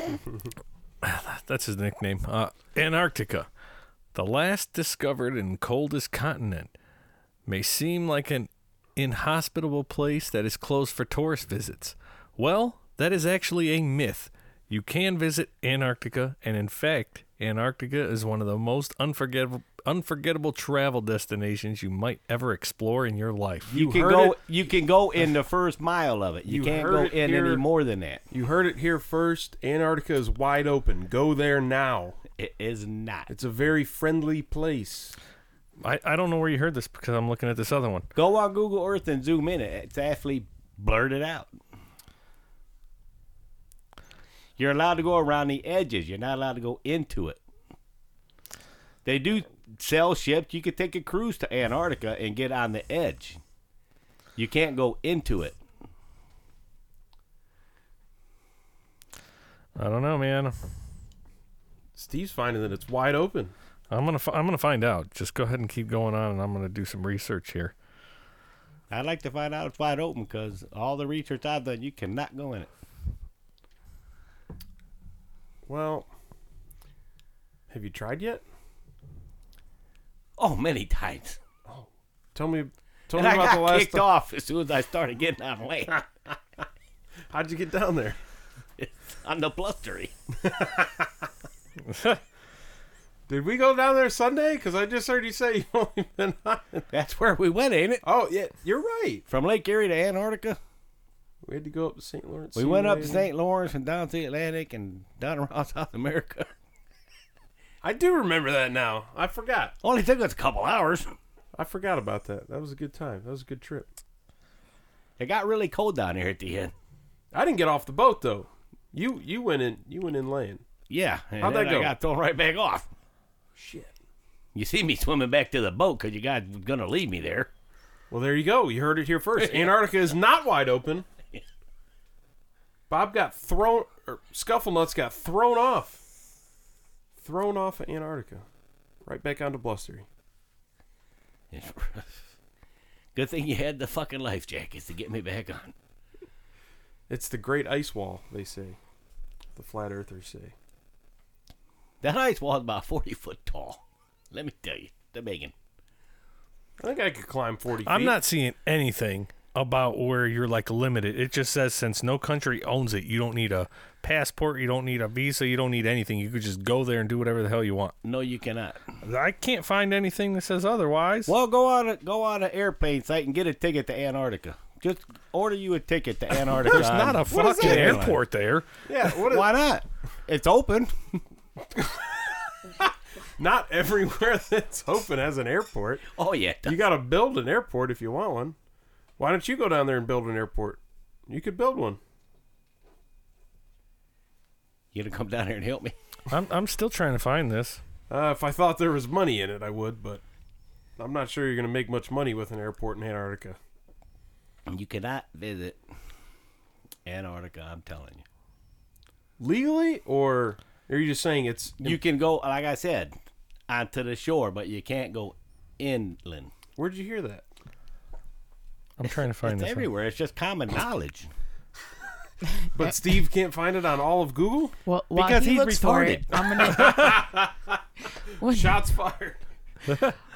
Speaker 1: That's his nickname. Uh, Antarctica, the last discovered and coldest continent, may seem like an inhospitable place that is closed for tourist visits. Well, that is actually a myth. You can visit Antarctica, and in fact, Antarctica is one of the most unforgettable unforgettable travel destinations you might ever explore in your life.
Speaker 2: You,
Speaker 4: You
Speaker 2: can
Speaker 4: heard
Speaker 2: go.
Speaker 4: it-
Speaker 2: You can go in the first mile of it. You,
Speaker 4: You
Speaker 2: can't
Speaker 4: heard
Speaker 2: go
Speaker 4: it
Speaker 2: in any
Speaker 4: here.
Speaker 2: more than that.
Speaker 4: You heard it here first. Antarctica is wide open. Go there now.
Speaker 2: It is not.
Speaker 4: It's a very friendly place.
Speaker 1: I, I don't know where you heard this because I'm looking at this other one.
Speaker 2: Go on Google Earth and zoom in. It's actually blurted out. You're allowed to go around the edges. You're not allowed to go into it. They do sell ships. You could take a cruise to Antarctica and get on the edge. You can't go into it.
Speaker 1: I don't know, man.
Speaker 4: Steve's finding that it's wide open.
Speaker 1: I'm gonna fi- I'm gonna find out. Just go ahead and keep going on, and I'm gonna do some research here.
Speaker 2: I'd like to find out if it's wide open because all the research I've done, you cannot go in it.
Speaker 4: Well, have you tried yet?
Speaker 2: Oh, many times.
Speaker 4: Tell me. Tell
Speaker 2: And
Speaker 4: me
Speaker 2: I
Speaker 4: about the
Speaker 2: got
Speaker 4: last.
Speaker 2: kicked off as soon as I started getting on land
Speaker 4: ti- How'd you get down there?
Speaker 2: on the blustery.
Speaker 4: Did we go down there Sunday? Because I just heard you say you only been on.
Speaker 2: That's where we went, ain't it?
Speaker 4: Oh yeah, you're right.
Speaker 2: From Lake Erie to Antarctica.
Speaker 4: We had to go up to St. Lawrence.
Speaker 2: We went up to
Speaker 4: Seaway.
Speaker 2: St. Lawrence and down to the Atlantic and down around South America.
Speaker 4: I do remember that now. I forgot.
Speaker 2: Only took us a couple hours.
Speaker 4: I forgot about that. That was a good time. That was a good trip.
Speaker 2: It got really cold down here at the end.
Speaker 4: I didn't get off the boat though. You you went in you went in land.
Speaker 2: Yeah. and
Speaker 4: How'd
Speaker 2: then
Speaker 4: that go?
Speaker 2: I got thrown right back off.
Speaker 4: Shit.
Speaker 2: You see me swimming back to the boat because you guys were going to leave me there.
Speaker 4: Well, there you go. You heard it here first. Antarctica is not wide open. Bob got thrown, or Scufflenuts got thrown off. Thrown off of Antarctica. Right back onto blustery.
Speaker 2: Good thing you had the fucking life jackets to get me back on.
Speaker 4: It's the Great Ice Wall, they say. The Flat Earthers say.
Speaker 2: That ice wall is about 40 foot tall. Let me tell you, the Megan.
Speaker 4: I think I could climb 40 feet.
Speaker 1: I'm not seeing anything about where you're like limited. It just says since no country owns it, you don't need a passport, you don't need a visa, you don't need anything. You could just go there and do whatever the hell you want.
Speaker 2: No, you cannot.
Speaker 1: I can't find anything that says otherwise.
Speaker 2: Well, go on a, go on an airplane site and get a ticket to Antarctica. Just order you a ticket to Antarctica.
Speaker 1: There's not a
Speaker 4: What is
Speaker 1: fucking
Speaker 4: that?
Speaker 1: airport there.
Speaker 4: Yeah, what is,
Speaker 2: Why not? It's open.
Speaker 4: not everywhere that's open has an airport.
Speaker 2: Oh yeah.
Speaker 4: You got to build an airport if you want one. Why don't you go down there and build an airport? You could build one.
Speaker 2: You gonna come down here and help me?
Speaker 1: I'm I'm still trying to find this.
Speaker 4: Uh, if I thought there was money in it, I would, but I'm not sure you're going to make much money with an airport in Antarctica.
Speaker 2: You cannot visit Antarctica. I'm telling you.
Speaker 4: Legally, or are you just saying it's.
Speaker 2: You can go, like I said, onto the shore, but you can't go inland.
Speaker 4: Where'd you hear that?
Speaker 1: I'm trying to find
Speaker 2: It's
Speaker 1: this. one.
Speaker 2: everywhere. It's just common knowledge.
Speaker 4: But Steve can't find it on all of Google?
Speaker 3: Well, while
Speaker 2: Because
Speaker 3: he
Speaker 2: he's
Speaker 3: looks for it, I'm gonna. When-
Speaker 4: Shots fired.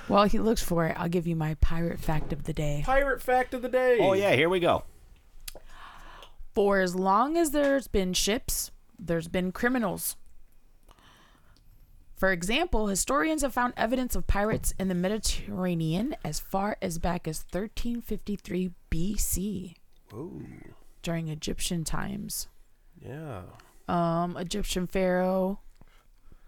Speaker 3: while he looks for it, I'll give you my pirate fact of the day.
Speaker 4: Pirate fact of the day.
Speaker 2: Oh yeah, here we go.
Speaker 3: For as long as there's been ships, there's been criminals. For example, historians have found evidence of pirates in the Mediterranean as far as back as 1353 BC. During Egyptian times.
Speaker 4: Yeah.
Speaker 3: Um, Egyptian pharaoh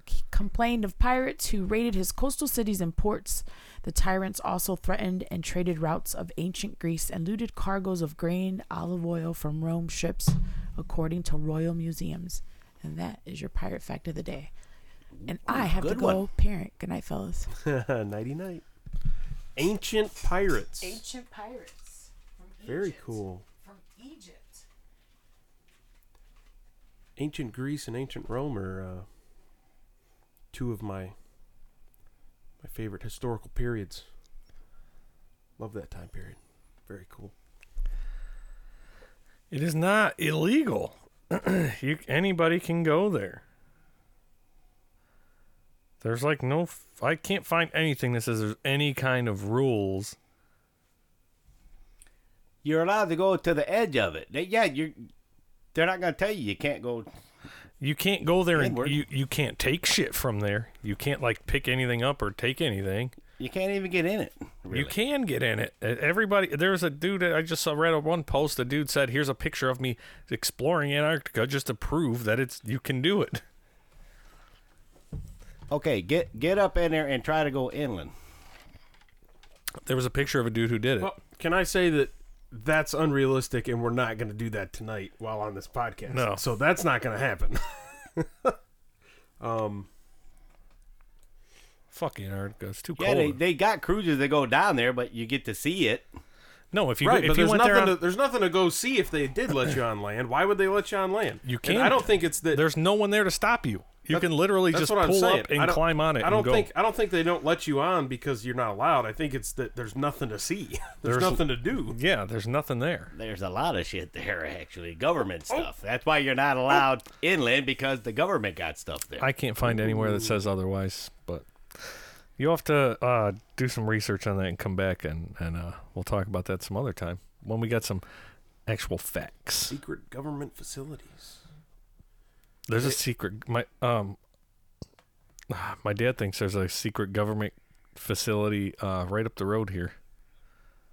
Speaker 3: c- complained of pirates who raided his coastal cities and ports. The tyrants also threatened and traded routes of ancient Greece and looted cargoes of grain, olive oil from Rome ships, according to royal museums. And that is your pirate fact of the day. And I have to
Speaker 2: good
Speaker 3: go
Speaker 2: one.
Speaker 3: parent. Good night, fellas.
Speaker 4: Nighty night. Ancient pirates.
Speaker 3: Ancient pirates from
Speaker 4: Very cool.
Speaker 3: From Egypt.
Speaker 4: Ancient Greece and ancient Rome are uh, two of my my favorite historical periods. Love that time period. Very cool.
Speaker 1: It is not illegal. you anybody can go there. There's like no f- I can't find anything that says there's any kind of rules.
Speaker 2: You're allowed to go to the edge of it. They- yeah, you're. They're not gonna tell you you can't go.
Speaker 1: You can't go there and
Speaker 2: Edward.
Speaker 1: you, you can't take shit from there. You can't like pick anything up or take anything.
Speaker 2: You can't even get in it. Really.
Speaker 1: You can get in it. Uh, Everybody, there was a dude I just saw read on one post. The dude said, "Here's a picture of me exploring Antarctica just to prove that it's you can do it."
Speaker 2: Okay, get get up in there and try to go inland.
Speaker 1: There was a picture of a dude who did it.
Speaker 4: Well, can I say that that's unrealistic and we're not going to do that tonight while on this podcast.
Speaker 1: No.
Speaker 4: So that's not going to happen.
Speaker 1: Fuck Antarctica, it's too
Speaker 2: Yeah,
Speaker 1: cold.
Speaker 2: they, they got cruises that go down there, but you get to see it.
Speaker 1: no, if you
Speaker 4: right,
Speaker 1: if
Speaker 4: but
Speaker 1: you
Speaker 4: there's
Speaker 1: went there,
Speaker 4: nothing,
Speaker 1: on-
Speaker 4: to, there's nothing to go see if they did let you on land. Why would they let you on land?
Speaker 1: You
Speaker 4: And I
Speaker 1: can't.
Speaker 4: don't think it's that
Speaker 1: there's no one there to stop you. You
Speaker 4: That-
Speaker 1: can literally
Speaker 4: That's
Speaker 1: just
Speaker 4: what I'm
Speaker 1: pull
Speaker 4: saying.
Speaker 1: up
Speaker 4: I
Speaker 1: and
Speaker 4: don't-
Speaker 1: climb on it.
Speaker 4: I don't
Speaker 1: and go.
Speaker 4: think I don't think they don't let you on because you're not allowed. I think it's that there's nothing to see. There's,
Speaker 1: There's-
Speaker 4: nothing to do.
Speaker 1: Yeah, there's nothing there.
Speaker 2: There's a lot of shit there, actually. Government
Speaker 1: Oh.
Speaker 2: stuff. That's why you're not allowed inland because the government got stuff there.
Speaker 1: I can't find anywhere that says otherwise, but you'll have to uh, do some research on that and come back and, and uh, we'll talk about that some other time when we got some actual facts.
Speaker 4: Secret government facilities.
Speaker 1: There's a secret my um my dad thinks there's a secret government facility uh, right up the road here.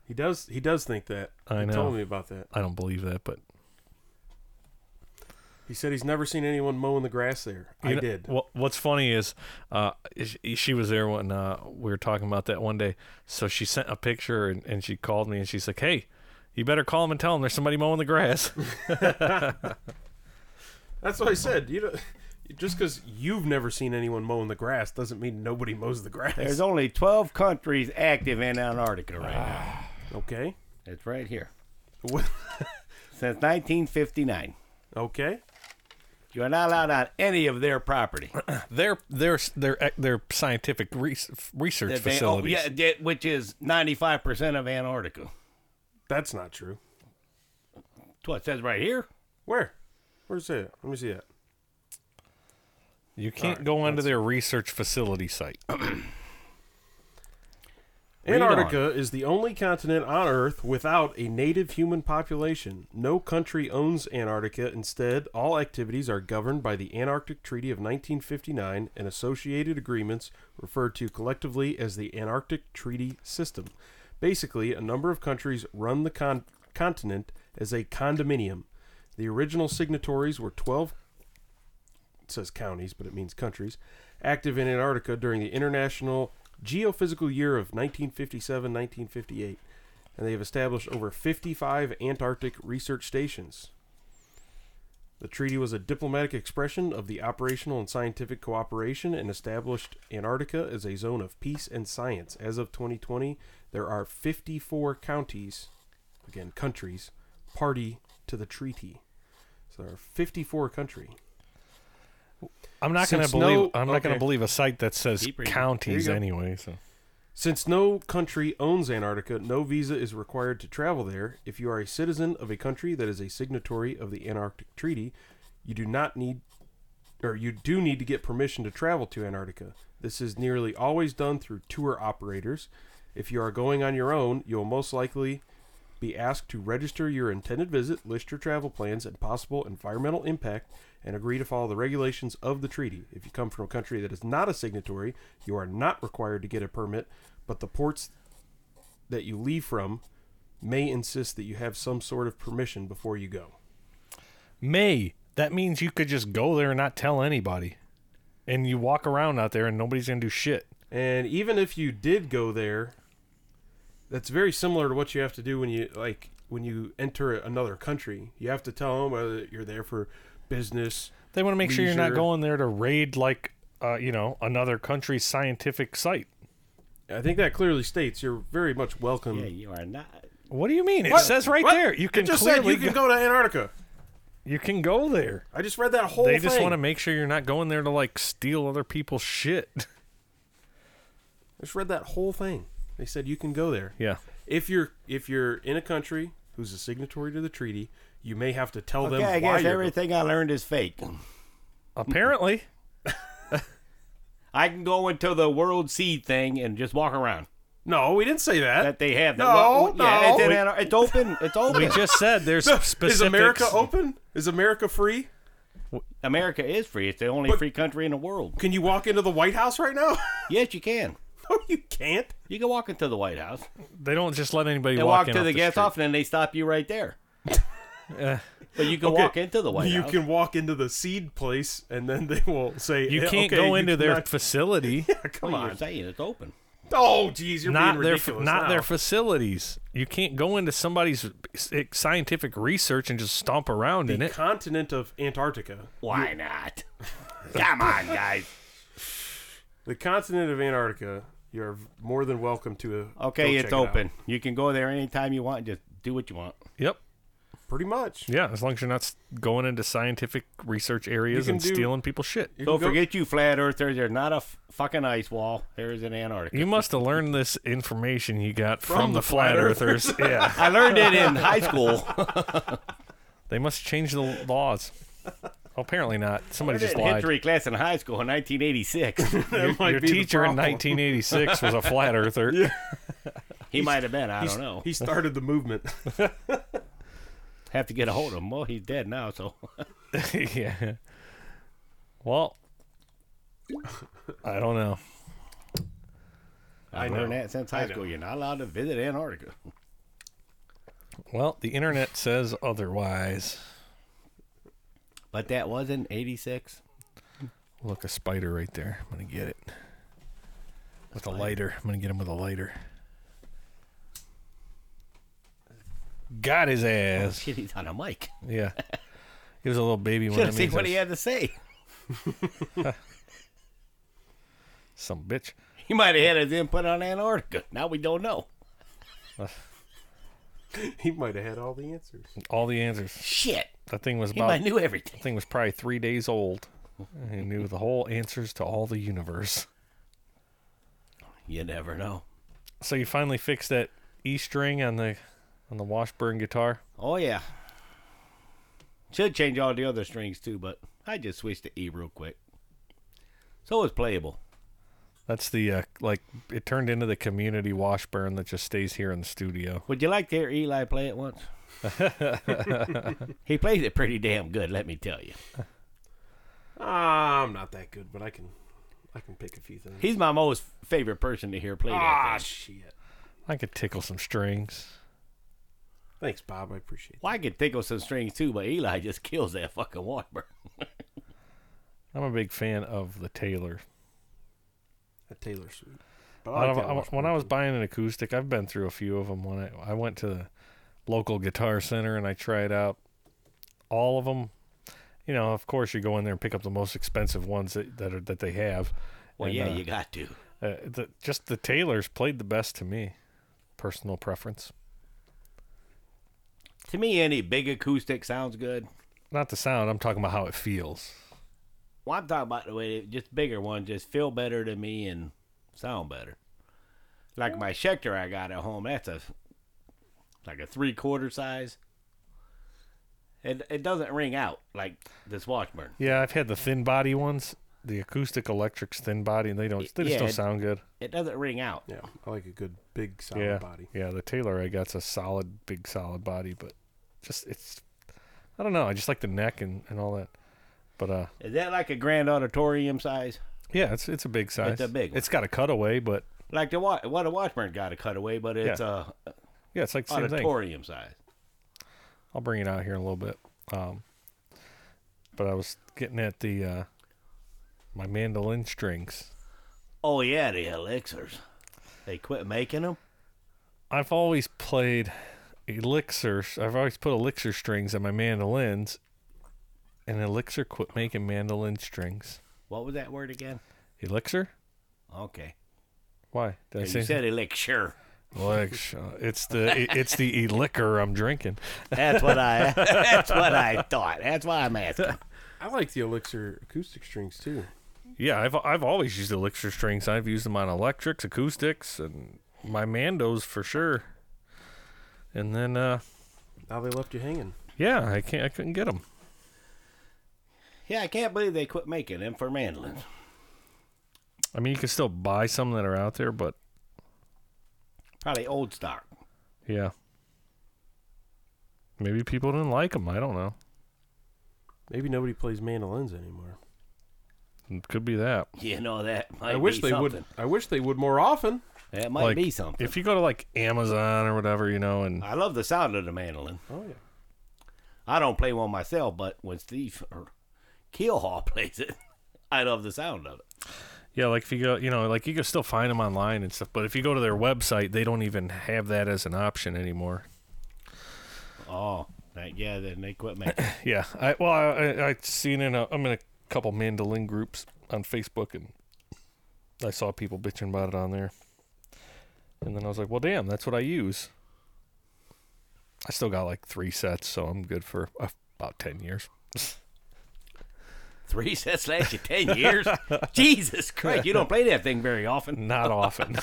Speaker 4: He does he does think that.
Speaker 1: I
Speaker 4: he
Speaker 1: know.
Speaker 4: told me about that.
Speaker 1: I don't believe that, but
Speaker 4: He said he's never seen anyone mowing the grass there. I
Speaker 1: You know,
Speaker 4: did.
Speaker 1: wha- what's funny is, uh, is- she was there when uh, we were talking about that one day. So she sent a picture and, and she called me and she's like, "Hey, you better call them and tell them there's somebody mowing the grass."
Speaker 4: That's what I said. You know Just because you've never seen anyone mowing the grass doesn't mean nobody mows the grass.
Speaker 2: There's only 12 countries active in Antarctica right
Speaker 1: Ah.
Speaker 2: now.
Speaker 4: okay.
Speaker 2: It's right here.
Speaker 4: What-
Speaker 2: Since 1959.
Speaker 4: okay.
Speaker 2: You are not allowed on any of their property.
Speaker 1: Their their their their uh, scientific res- research
Speaker 2: That they- oh,
Speaker 1: facilities.
Speaker 2: yeah, that- which is 95% of Antarctica.
Speaker 4: That's not true.
Speaker 2: That's what it says right here.
Speaker 4: Where? Where's it? Let me see it.
Speaker 1: You can't go onto their research facility site.
Speaker 2: Read on.
Speaker 4: Antarctica is the only continent on Earth without a native human population. No country owns Antarctica. Instead, all activities are governed by the Antarctic Treaty of 1959 and associated agreements referred to collectively as the Antarctic Treaty System. Basically, a number of countries run the con- continent as a condominium. The original signatories were 12 it says counties, but it means countries, active in Antarctica during the International Geophysical Year of 1957 1958. And they have established over 55 Antarctic research stations. The treaty was a diplomatic expression of the operational and scientific cooperation and established Antarctica as a zone of peace and science. As of 2020, there are 54 counties, again, countries, party to the treaty. So there are 54 countries.
Speaker 1: I'm not going to
Speaker 4: Since
Speaker 1: believe.
Speaker 4: no-
Speaker 1: I'm not going
Speaker 4: okay.
Speaker 1: to believe a site that says
Speaker 2: Keep reading.
Speaker 1: counties
Speaker 4: There you
Speaker 1: anyway. So
Speaker 4: Since no country owns Antarctica, no visa is required to travel there. If you are a citizen of a country that is a signatory of the Antarctic Treaty, you do not need or you do need to get permission to travel to Antarctica. This is nearly always done through tour operators. If you are going on your own, you'll most likely be asked to register your intended visit, list your travel plans and possible environmental impact, and agree to follow the regulations of the treaty. If you come from a country that is not a signatory, you are not required to get a permit, but the ports that you leave from may insist that you have some sort of permission before you go.
Speaker 1: May that means you could just go there and not tell anybody, and you walk around out there and nobody's going to do shit.
Speaker 4: And even if you did go there, that's very similar to what you have to do when you like when you enter another country. You have to tell them whether you're there for business.
Speaker 1: They want to make sure you're not
Speaker 4: Leisure.
Speaker 1: going there to raid like uh, you know another country's scientific site.
Speaker 4: I think that clearly states you're very much welcome.
Speaker 2: Yeah, you are not.
Speaker 1: What do you mean? It
Speaker 4: What?
Speaker 1: says right
Speaker 4: What?
Speaker 1: there. You can
Speaker 4: it just said
Speaker 1: clearly
Speaker 4: you can
Speaker 1: go,
Speaker 4: go to Antarctica.
Speaker 1: you can go there.
Speaker 4: I just read that whole
Speaker 1: They
Speaker 4: thing.
Speaker 1: just want to make sure you're not going there to like steal other people's shit.
Speaker 4: I just read that whole thing. They said you can go there.
Speaker 1: yeah.
Speaker 4: If you're if you're in a country who's a signatory to the treaty, you may have to tell them
Speaker 2: Okay, I
Speaker 4: why
Speaker 2: guess
Speaker 4: you're
Speaker 2: everything I learned is fake.
Speaker 1: Apparently.
Speaker 2: I can go into the World Seed thing and just walk around.
Speaker 4: No, we didn't say that.
Speaker 2: That they have. that-
Speaker 4: No,
Speaker 2: yeah, it's,
Speaker 4: no.
Speaker 2: in Antar- it's open. It's open.
Speaker 1: We just said there's specific
Speaker 4: Is America open? Is America free?
Speaker 2: America is free. It's the only free country in the world.
Speaker 4: Can you walk into the White House right now?
Speaker 2: Yes, you can.
Speaker 4: no, you can't.
Speaker 2: You can walk into the White House.
Speaker 1: They don't just let anybody
Speaker 2: They
Speaker 1: walk,
Speaker 2: walk,
Speaker 1: in
Speaker 2: to
Speaker 1: off
Speaker 2: the gas
Speaker 1: street.
Speaker 2: off and then they stop you right there. but you can
Speaker 4: Uh, Okay,
Speaker 2: walk into the White
Speaker 4: You
Speaker 2: House.
Speaker 4: can walk into the seed place, and then they will say
Speaker 1: You
Speaker 4: "Eh,
Speaker 1: can't
Speaker 4: okay,
Speaker 1: go
Speaker 4: you
Speaker 1: into their
Speaker 4: cannot-
Speaker 1: facility,
Speaker 4: Come
Speaker 2: Well,
Speaker 4: on.
Speaker 2: you're saying it's open.
Speaker 4: Oh, geez, you're
Speaker 1: not
Speaker 4: being
Speaker 1: their
Speaker 4: ridiculous
Speaker 1: not
Speaker 4: now.
Speaker 1: their facilities. You can't go into somebody's scientific research and just stomp around in
Speaker 4: the
Speaker 1: it.
Speaker 4: continent of Antarctica.
Speaker 2: Why not? Come on, guys.
Speaker 4: The continent of Antarctica. You're more than welcome to. uh,
Speaker 2: Okay,
Speaker 4: go
Speaker 2: it's
Speaker 4: check it out.
Speaker 2: open. You can go there anytime you want. Just do what you want.
Speaker 1: Yep.
Speaker 4: Pretty much.
Speaker 1: Yeah, as long as you're not s- going into scientific research areas
Speaker 4: can
Speaker 1: and
Speaker 4: do-
Speaker 1: stealing people's shit.
Speaker 4: You
Speaker 2: Don't
Speaker 4: can go-
Speaker 2: forget, you flat earthers. There's not a f- fucking ice wall. There is an Antarctica.
Speaker 1: You must have learned this information you got from,
Speaker 4: the
Speaker 1: the flat
Speaker 4: flat
Speaker 1: earthers. yeah,
Speaker 2: I learned it in high school.
Speaker 1: they must change the laws. Apparently not. Somebody just
Speaker 2: in
Speaker 1: lied.
Speaker 2: history class in high school in 1986.
Speaker 1: Your,
Speaker 4: might
Speaker 1: your
Speaker 4: be the
Speaker 1: teacher in
Speaker 4: problem.
Speaker 1: 1986 was a flat earther.
Speaker 2: He might have been. I don't know.
Speaker 4: He started the movement.
Speaker 2: Have to get a hold of him. Well, he's dead now, so
Speaker 1: yeah. Well, I don't know.
Speaker 2: I've learned that since high school. You're not allowed to visit Antarctica.
Speaker 1: Well, the internet says otherwise.
Speaker 2: But that was in '86.
Speaker 1: Look, a spider right there. I'm gonna get it with a lighter. I'm gonna get him with a lighter. Got his ass.
Speaker 2: Shit, he's on a mic.
Speaker 1: Yeah. He was a little baby when
Speaker 2: Should
Speaker 1: I
Speaker 2: have seen
Speaker 1: made
Speaker 2: what he
Speaker 1: this.
Speaker 2: had to say.
Speaker 1: Some bitch.
Speaker 2: He might have had his input on Antarctica. Now we don't know.
Speaker 4: He might have had all the answers.
Speaker 1: All the answers.
Speaker 2: Shit.
Speaker 1: That thing was
Speaker 2: He
Speaker 1: about.
Speaker 2: might knew everything.
Speaker 1: that thing was probably three days old. And He knew the whole answers to all the universe.
Speaker 2: You never know.
Speaker 1: So you finally fixed that E string on the on the Washburn guitar.
Speaker 2: Oh yeah. Should change all the other strings too, but I just switched to E real quick. So it's playable.
Speaker 1: That's the uh, like it turned into the community Washburn that just stays here in the studio.
Speaker 2: Would you like to hear Eli play it once? he plays it pretty damn good, let me tell you.
Speaker 4: Ah, I'm not that good, but I can, I can pick a few things.
Speaker 2: He's my most favorite person to hear play that.
Speaker 4: ah,
Speaker 2: thing.
Speaker 4: shit.
Speaker 1: I could tickle some strings.
Speaker 4: Thanks, Bob. I appreciate
Speaker 2: Well, I could tickle some strings too, but Eli just kills that fucking Washburn.
Speaker 1: I'm a big fan of the Taylor.
Speaker 4: that Taylor suite. But
Speaker 1: I
Speaker 4: like
Speaker 1: don't-
Speaker 4: that
Speaker 1: I-
Speaker 4: Washburn
Speaker 1: when I was
Speaker 4: too.
Speaker 1: buying an acoustic, I've been through a few of them. When I, I went to the local guitar center and I tried out all of them, you know, of course you go in there and pick up the most expensive ones that that, are, that they have.
Speaker 2: Well,
Speaker 1: And,
Speaker 2: yeah,
Speaker 1: uh,
Speaker 2: you got to.
Speaker 1: uh, the, just the Taylors played the best to me. Personal preference,
Speaker 2: To me, any big acoustic sounds good.
Speaker 1: not the sound. I'm talking about how it feels.
Speaker 2: Well, I'm talking about the way just bigger ones just feel better to me and sound better. Like my Schecter I got at home, that's a like a three quarter size. It it doesn't ring out like this Washburn.
Speaker 1: Yeah, I've had the thin body ones, the acoustic electrics thin body, and they don't they just
Speaker 2: Yeah,
Speaker 1: don't
Speaker 2: it-
Speaker 1: sound good.
Speaker 2: It doesn't ring out.
Speaker 4: Yeah, I like a good big solid
Speaker 1: yeah,
Speaker 4: body.
Speaker 1: yeah. The Taylor I got's a solid, big, solid body, but just it's I don't know. I just like the neck and, and all that. But uh,
Speaker 2: Is that like a grand auditorium size?
Speaker 1: yeah, it's it's a big size.
Speaker 2: a big one.
Speaker 1: It's got a cutaway, but
Speaker 2: Like the Wa- what a Washburn got a cutaway, but it's a
Speaker 1: yeah, it's like the same thing.
Speaker 2: auditorium size.
Speaker 1: I'll bring it out here in a little bit. Um, but I was getting at the uh, my mandolin strings.
Speaker 2: Oh yeah, the elixirs. They quit making them.
Speaker 1: I've always played elixir. I've always put elixir strings on my mandolins, and elixir quit making mandolin strings.
Speaker 2: What was that word again?
Speaker 1: Elixir?
Speaker 2: Okay,
Speaker 1: Why? Did I
Speaker 2: you said elixir.
Speaker 1: elixir. uh, It's the it- it's the liquor I'm drinking.
Speaker 2: That's what I. that's what I thought. That's why I'm asking.
Speaker 4: I like the Elixir acoustic strings too.
Speaker 1: Yeah, I've I've always used elixir strings. I've used them on electrics, acoustics, and my mandos for sure. And then uh,
Speaker 4: Now they left you hanging.
Speaker 1: yeah, I can't I couldn't get them.
Speaker 2: Yeah, I can't believe they quit making them for mandolins.
Speaker 1: I mean, you can still buy some that are out there, but
Speaker 2: Probably old stock.
Speaker 1: yeah, maybe people didn't like them. I don't know.
Speaker 4: Maybe nobody plays mandolins anymore.
Speaker 1: It could be that.
Speaker 2: You know that. Might
Speaker 4: I wish
Speaker 2: be
Speaker 4: they
Speaker 2: something.
Speaker 4: would. I wish they would more often.
Speaker 2: That might
Speaker 1: like,
Speaker 2: be something.
Speaker 1: If you go to like Amazon or whatever, you know, and
Speaker 2: I love the sound of the mandolin.
Speaker 4: Oh yeah.
Speaker 2: I don't play one myself, but when Steve or Keelhaw plays it, I love the sound of it.
Speaker 1: yeah, like if you go, you know, like you can still find them online and stuff. But if you go to their website, they don't even have that as an option anymore.
Speaker 2: Oh, that- yeah. Then they quit making. 'em.
Speaker 1: Yeah, I well, I, I, I seen in a, I'm in a couple mandolin groups on Facebook, and I saw people bitching about it on there. And then I was like, well, damn, that's what I use. I still got like three sets, so I'm good for uh, about ten years.
Speaker 2: Three sets last you ten years. Jesus Christ, you don't play that thing very often.
Speaker 1: Not often.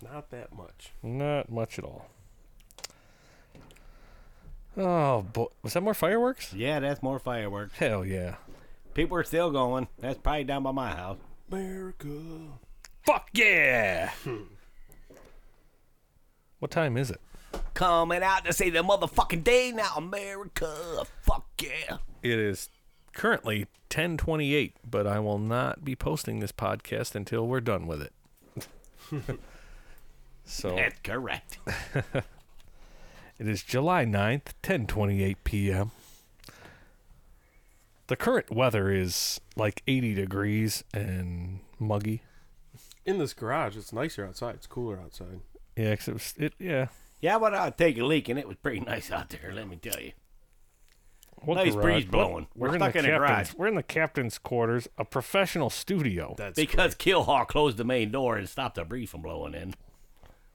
Speaker 4: Not that much.
Speaker 1: Not much at all. Oh boy, was that more fireworks?
Speaker 2: Yeah, that's more fireworks.
Speaker 1: Hell yeah!
Speaker 2: People are still going. That's probably down by my house.
Speaker 4: America.
Speaker 1: Fuck yeah! what time is it?
Speaker 2: coming out to say the motherfucking day now, America. Fuck yeah.
Speaker 1: It is currently ten twenty eight, but I will not be posting this podcast until we're done with it. so
Speaker 2: That's correct.
Speaker 1: it is July 9th, ten twenty eight p.m. The current weather is like 80 degrees and muggy.
Speaker 4: In this garage, it's nicer outside. It's cooler outside.
Speaker 1: Yeah, 'cause it was it. Yeah,
Speaker 2: Yeah, but I take a leak and it was pretty nice out there, let me tell you.
Speaker 1: What
Speaker 2: Nice
Speaker 1: garage?
Speaker 2: breeze
Speaker 1: What-
Speaker 2: blowing. We're stuck in a
Speaker 1: captain's-
Speaker 2: garage.
Speaker 1: We're in the captain's quarters, a professional studio.
Speaker 4: That's
Speaker 2: because Killhawk closed the main door and stopped the breeze from blowing in.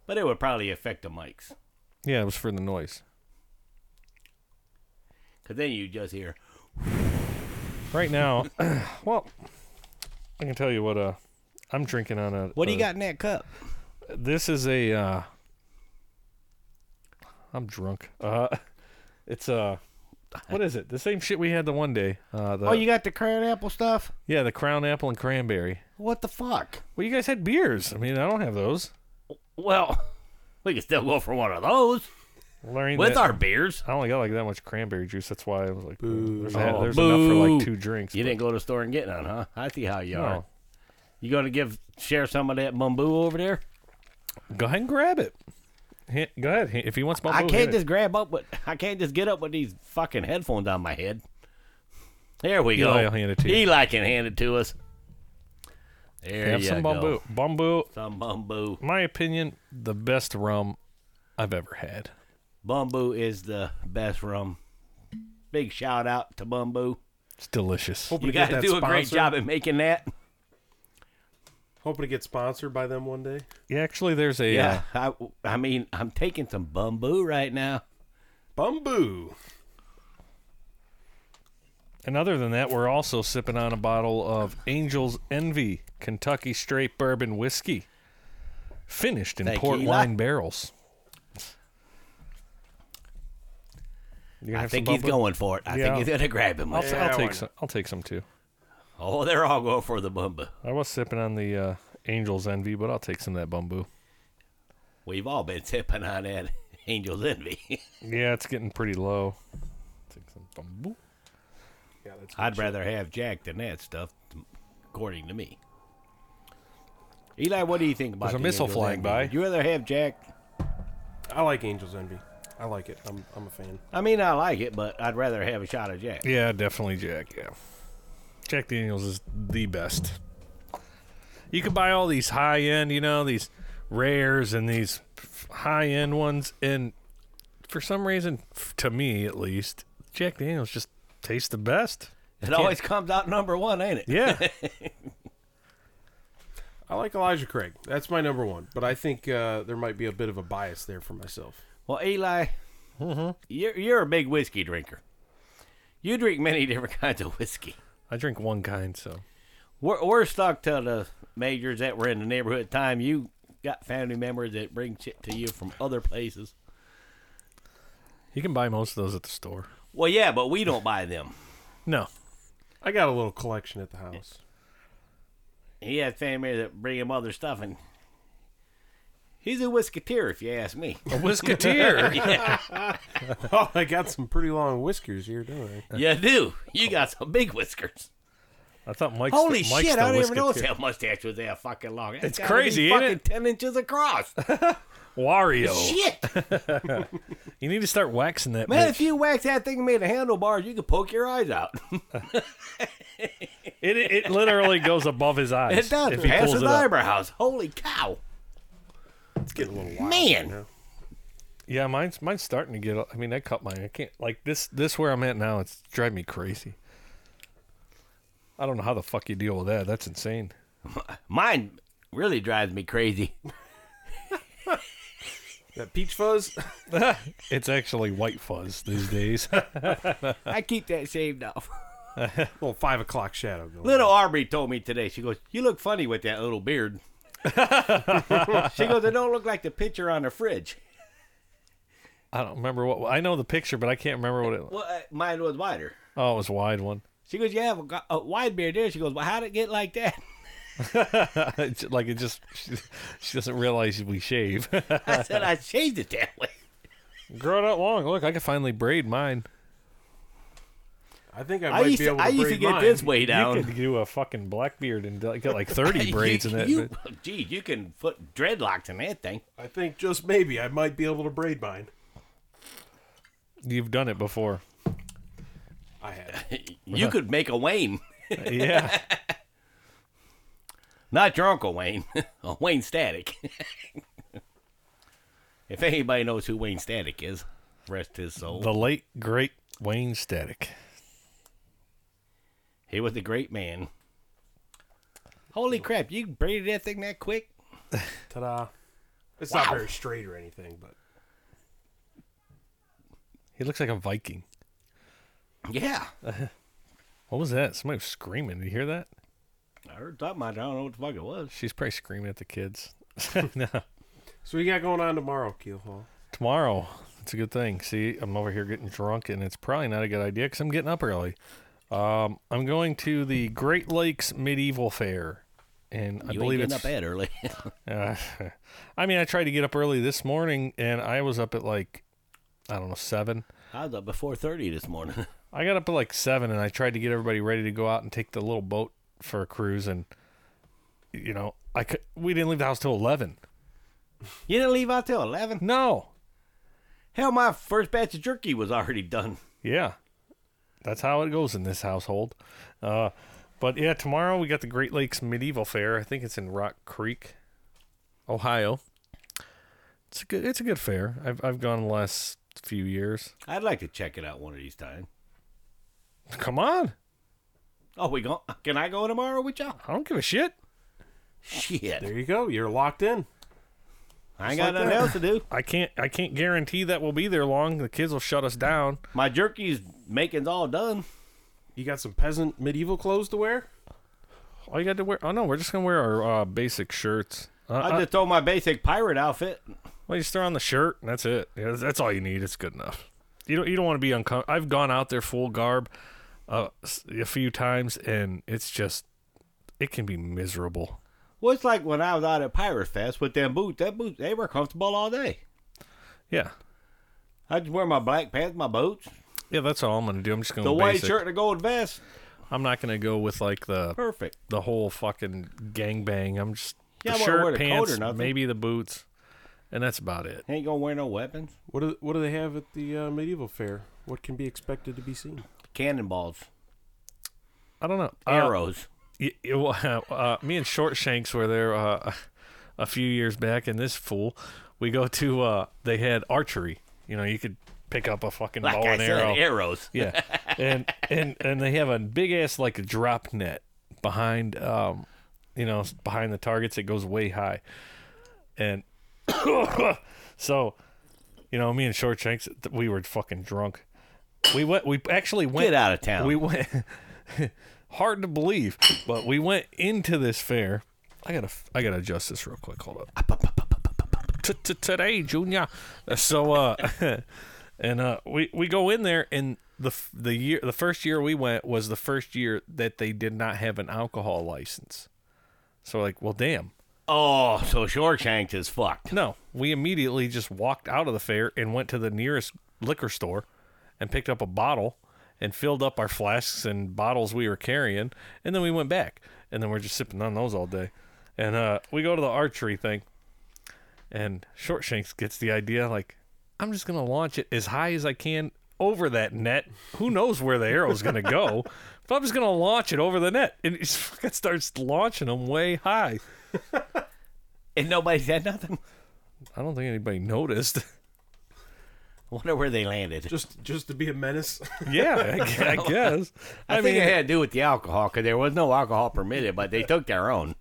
Speaker 2: But it would probably affect the mics.
Speaker 1: yeah, it was for the noise.
Speaker 2: Because then you just hear,
Speaker 1: Right now, well, I can tell you what. Uh, I'm drinking on a.
Speaker 2: What do you
Speaker 1: a-
Speaker 2: got in that cup?
Speaker 1: This is a. Uh, I'm drunk. Uh, it's uh, what is it? The same shit we had the one day. Uh, the,
Speaker 2: oh, you got the currant apple stuff?
Speaker 1: yeah, the crown apple and cranberry.
Speaker 2: What the fuck?
Speaker 1: Well, you guys had beers. I mean, I don't have those.
Speaker 2: Well, we can still go for one of those
Speaker 1: Learning
Speaker 2: with
Speaker 1: that-
Speaker 2: our beers.
Speaker 1: I only got like that much cranberry juice. That's why I was like, there's,
Speaker 2: Oh,
Speaker 1: there's enough for
Speaker 2: boo.
Speaker 1: like two drinks.
Speaker 2: You
Speaker 1: but
Speaker 2: didn't go to the store and get none, huh? I see how you are.
Speaker 1: no.
Speaker 2: You gonna give share some of that bamboo over there?
Speaker 1: Go ahead and grab it. Hit, go ahead. Hit- If he wants bamboo,
Speaker 2: I can't
Speaker 1: hit
Speaker 2: just grab up with. I can't just get up with these fucking headphones on my head. There we
Speaker 1: Eli
Speaker 2: go.
Speaker 1: will hand it to you.
Speaker 2: Eli can hand it to us.
Speaker 1: it.
Speaker 2: There
Speaker 1: Have
Speaker 2: you
Speaker 1: some
Speaker 2: go.
Speaker 1: bamboo. Bamboo,
Speaker 2: Some bamboo.
Speaker 1: my opinion, the best rum I've ever had.
Speaker 2: Bamboo is the best rum. Big shout out to Bamboo.
Speaker 1: It's delicious.
Speaker 4: Hoping
Speaker 2: You
Speaker 4: to get
Speaker 2: guys
Speaker 4: that
Speaker 2: do a great
Speaker 4: sponsored.
Speaker 2: job at making that.
Speaker 4: Hoping to get sponsored by them one day.
Speaker 1: Yeah, actually, there's a uh,
Speaker 2: Yeah, I, I mean, I'm taking some bamboo right now.
Speaker 4: Bamboo.
Speaker 1: and other than that, we're also sipping on a bottle of Angel's Envy Kentucky Straight Bourbon Whiskey, finished in
Speaker 2: Thank you,
Speaker 1: port
Speaker 2: Eli.
Speaker 1: wine barrels. You gonna
Speaker 2: I
Speaker 1: have some
Speaker 2: think he's
Speaker 1: bamboo?
Speaker 2: going for it. I
Speaker 1: Yeah.
Speaker 2: think he's gonna grab him.
Speaker 1: I'll,
Speaker 2: with it.
Speaker 1: I'll
Speaker 4: one.
Speaker 1: take some. I'll take some too.
Speaker 2: Oh, they're all going for the bamboo.
Speaker 1: I was sipping on the uh, Angel's Envy, but I'll take some of that bamboo.
Speaker 2: We've all been sipping on that Angel's Envy.
Speaker 1: Yeah, it's getting pretty low. Take some bamboo.
Speaker 4: Yeah, that's
Speaker 2: I'd rather have Jack than that stuff, according to me. Eli, what do you think about
Speaker 1: There's a
Speaker 2: the
Speaker 1: missile
Speaker 2: Angel's
Speaker 1: flying
Speaker 2: Envy?
Speaker 1: by.
Speaker 2: Would you rather have Jack?
Speaker 4: I like Angel's Envy. I like it. I'm, I'm a fan.
Speaker 2: I mean, I like it, but I'd rather have a shot of Jack.
Speaker 1: Yeah, definitely Jack. Yeah, Jack Daniels is the best. You can buy all these high end, you know, these rares and these high end ones, and for some reason, f- to me at least, Jack Daniels just tastes the best.
Speaker 2: It always comes out number one, ain't it?
Speaker 1: Yeah,
Speaker 4: I like Elijah Craig. That's my number one. But I think uh, there might be a bit of a bias there for myself.
Speaker 2: Well, Eli,
Speaker 1: Mm-hmm.
Speaker 2: you're you're a big whiskey drinker. You drink many different kinds of whiskey.
Speaker 1: I drink one kind, so
Speaker 2: We're, we're stuck to the majors that were in the neighborhood at the time. You got family members that bring shit to you from other places.
Speaker 1: you can buy most of those at the store.
Speaker 2: Well, yeah, but we don't buy them.
Speaker 1: No,
Speaker 4: I got a little collection at the house.
Speaker 2: He had family that bring him other stuff, and he's a whisketeer, if you ask me.
Speaker 1: a whisketeer.
Speaker 4: Oh, I got some pretty long whiskers here, don't I?
Speaker 2: you do. You got some big whiskers.
Speaker 1: I thought Mike's
Speaker 2: Holy
Speaker 1: the, Mike's
Speaker 2: shit!
Speaker 1: the
Speaker 2: I don't even know
Speaker 1: whisketeer.
Speaker 2: that mustache was that fucking long.
Speaker 1: It's crazy, ain't
Speaker 2: fucking
Speaker 1: it? Oh.
Speaker 2: Ten inches across.
Speaker 1: Wario.
Speaker 2: shit.
Speaker 1: You need to start waxing that.
Speaker 2: Man,
Speaker 1: bitch.
Speaker 2: if you wax that thing and made a handlebars, you could poke your eyes out.
Speaker 1: it, it literally goes above his eyes.
Speaker 2: It does.
Speaker 1: If he
Speaker 2: Pass
Speaker 1: pulls
Speaker 2: his
Speaker 1: it up.
Speaker 2: eyebrows. Holy cow.
Speaker 4: It's getting a little wild.
Speaker 2: Man.
Speaker 4: you know?
Speaker 1: Yeah, mine's mine's starting to get. I mean, I cut mine. I can't like this. This where I'm at now. It's driving me crazy. I don't know how the fuck you deal with that. That's insane.
Speaker 2: Mine really drives me crazy.
Speaker 4: That peach fuzz.
Speaker 1: It's actually white fuzz these days.
Speaker 2: I keep that shaved off.
Speaker 4: little five o'clock shadow going.
Speaker 2: Little Aubrey told me today, she goes, You look funny with that little beard. she goes, It don't look like the picture on the fridge.
Speaker 1: I don't remember what. I know the picture, but I can't remember what it.
Speaker 2: Well, uh, mine was wider.
Speaker 1: Oh, it was a wide one,
Speaker 2: She goes, You have a, go- a wide beard there. She goes, Well, how'd it get like that?
Speaker 1: It's like it just. She, she doesn't realize we shave.
Speaker 2: I said, I shaved it that way.
Speaker 1: Grow it out long. Look, I can finally braid mine.
Speaker 4: I think I
Speaker 2: I
Speaker 4: might
Speaker 2: used
Speaker 4: be
Speaker 2: to,
Speaker 4: able to
Speaker 2: I used to
Speaker 4: braid
Speaker 2: get
Speaker 4: mine.
Speaker 2: this way
Speaker 1: You
Speaker 2: down.
Speaker 1: could do a fucking black beard and do- get like thirty braids in that.
Speaker 2: You,
Speaker 1: bit.
Speaker 2: gee, you can put dreadlocks in that thing.
Speaker 4: I think just maybe I might be able to braid mine.
Speaker 1: You've done it before.
Speaker 4: I had.
Speaker 2: You could make a Wayne.
Speaker 1: Yeah.
Speaker 2: Not your Uncle Wayne, Uh, Wayne Static. if anybody knows who Wayne Static is, Rest his soul.
Speaker 1: The late great Wayne Static.
Speaker 2: He was a great man. Holy crap! You braided that thing that quick?
Speaker 4: Ta-da! It's not very straight or anything, but
Speaker 1: He looks like a Viking.
Speaker 2: Yeah.
Speaker 1: What was that? Somebody was screaming. Did you hear that?
Speaker 2: I heard something. I don't know what the fuck it was.
Speaker 1: She's probably screaming at the kids. no.
Speaker 4: so we got going on tomorrow, Keel Hall.
Speaker 1: Tomorrow. It's a good thing. See, I'm over here getting drunk, and it's probably not a good idea because I'm getting up early. Um, I'm going to the Great Lakes Medieval Fair, and I
Speaker 2: you
Speaker 1: believe
Speaker 2: ain't
Speaker 1: it's.
Speaker 2: getting up e- that early.
Speaker 1: Uh, I mean, I tried to get up early this morning, and I was up at like, I don't know, seven.
Speaker 2: I was up before thirty this morning.
Speaker 1: I got up at like seven, and I tried to get everybody ready to go out and take the little boat for a cruise, and you know, I could. We didn't leave the house till eleven.
Speaker 2: you didn't leave out till eleven.
Speaker 1: No.
Speaker 2: Hell, my first batch of jerky was already done.
Speaker 1: Yeah. That's how it goes in this household. Uh, but yeah, tomorrow we got the Great Lakes Medieval Fair. I think it's in Rock Creek, Ohio. It's a good. It's a good fair. I've I've gone the last few years.
Speaker 2: I'd like to check it out one of these times.
Speaker 1: Come on.
Speaker 2: Oh, we go? Can I go tomorrow with y'all?
Speaker 1: I don't give a shit.
Speaker 2: Shit,
Speaker 4: There you go. You're locked in.
Speaker 2: I ain't got
Speaker 4: like
Speaker 2: nothing
Speaker 4: that.
Speaker 2: else to do.
Speaker 1: I can't I can't guarantee that we'll be there long. The kids will shut us down.
Speaker 2: My jerky's making's all done.
Speaker 4: You got some peasant medieval clothes to wear.
Speaker 1: All you got to wear Oh no, we're just going to wear our uh, basic shirts. Uh,
Speaker 2: I
Speaker 1: uh,
Speaker 2: just throw my basic pirate outfit.
Speaker 1: well, you just throw on the shirt and that's it. Yeah, that's, that's all you need. It's good enough. You don't you don't want to be uncomfortable. I've gone out there full garb uh, s- a few times and it's just it can be miserable.
Speaker 2: Well, it's like when I was out at Pirate Fest with them boots. That boots, they were comfortable all day.
Speaker 1: Yeah.
Speaker 2: I just wear my black pants, my boots,
Speaker 1: Yeah, that's all I'm going to do. I'm just going
Speaker 2: the
Speaker 1: to
Speaker 2: white shirt, and the gold vest.
Speaker 1: I'm not going to go with like the
Speaker 2: Perfect.
Speaker 1: the whole fucking gangbang. I'm just the
Speaker 2: Yeah, I wouldn't
Speaker 1: shirt,
Speaker 2: wear the coat or
Speaker 1: pants,
Speaker 2: nothing.
Speaker 1: maybe the boots, and that's about it.
Speaker 2: Ain't gonna wear no weapons.
Speaker 4: What do What do they have at the uh, medieval fair? What can be expected to be seen?
Speaker 2: Cannonballs,
Speaker 1: I don't know. Uh,
Speaker 2: arrows.
Speaker 1: y- y- well, uh, me and Shortshanks were there uh, a few years back, and this fool, we go to. Uh, they had archery. You know, you could pick up a fucking
Speaker 2: Like
Speaker 1: bow
Speaker 2: I
Speaker 1: and
Speaker 2: said,
Speaker 1: arrow.
Speaker 2: arrows.
Speaker 1: yeah, and and and they have a big ass like a drop net behind, um, you know, behind the targets. It goes way high, and so, you know, me and Shortshanks, th- we were fucking drunk. We went. We actually went
Speaker 2: Get out of town.
Speaker 1: we went hard to believe, but we went into this fair. I gotta I gotta adjust this real quick. Hold up. T- t- Today, Junior. Uh, So uh, and uh, we we go in there, and the f- the year the first year we went was the first year that they did not have an alcohol license. So like, well, damn.
Speaker 2: oh, so Shortshanks is fucked.
Speaker 1: No, we immediately just walked out of the fair and went to the nearest liquor store and picked up a bottle and filled up our flasks and bottles we were carrying. And then we went back. And then we're just sipping on those all day. And uh, we go to the archery thing. And Shortshanks gets the idea like, I'm just going to launch it as high as I can over that net. Who knows where the arrow's going to go? but I'm just going to launch it over the net. And he just fucking starts launching them way high.
Speaker 2: And nobody said nothing.
Speaker 1: I don't think anybody noticed.
Speaker 2: Wonder where they landed.
Speaker 4: Just Just to be a menace.
Speaker 1: Yeah, I, gu- I guess.
Speaker 2: I,
Speaker 1: I,
Speaker 2: think
Speaker 1: mean,
Speaker 2: it had to do with the alcohol because there was no alcohol permitted, but they took their own.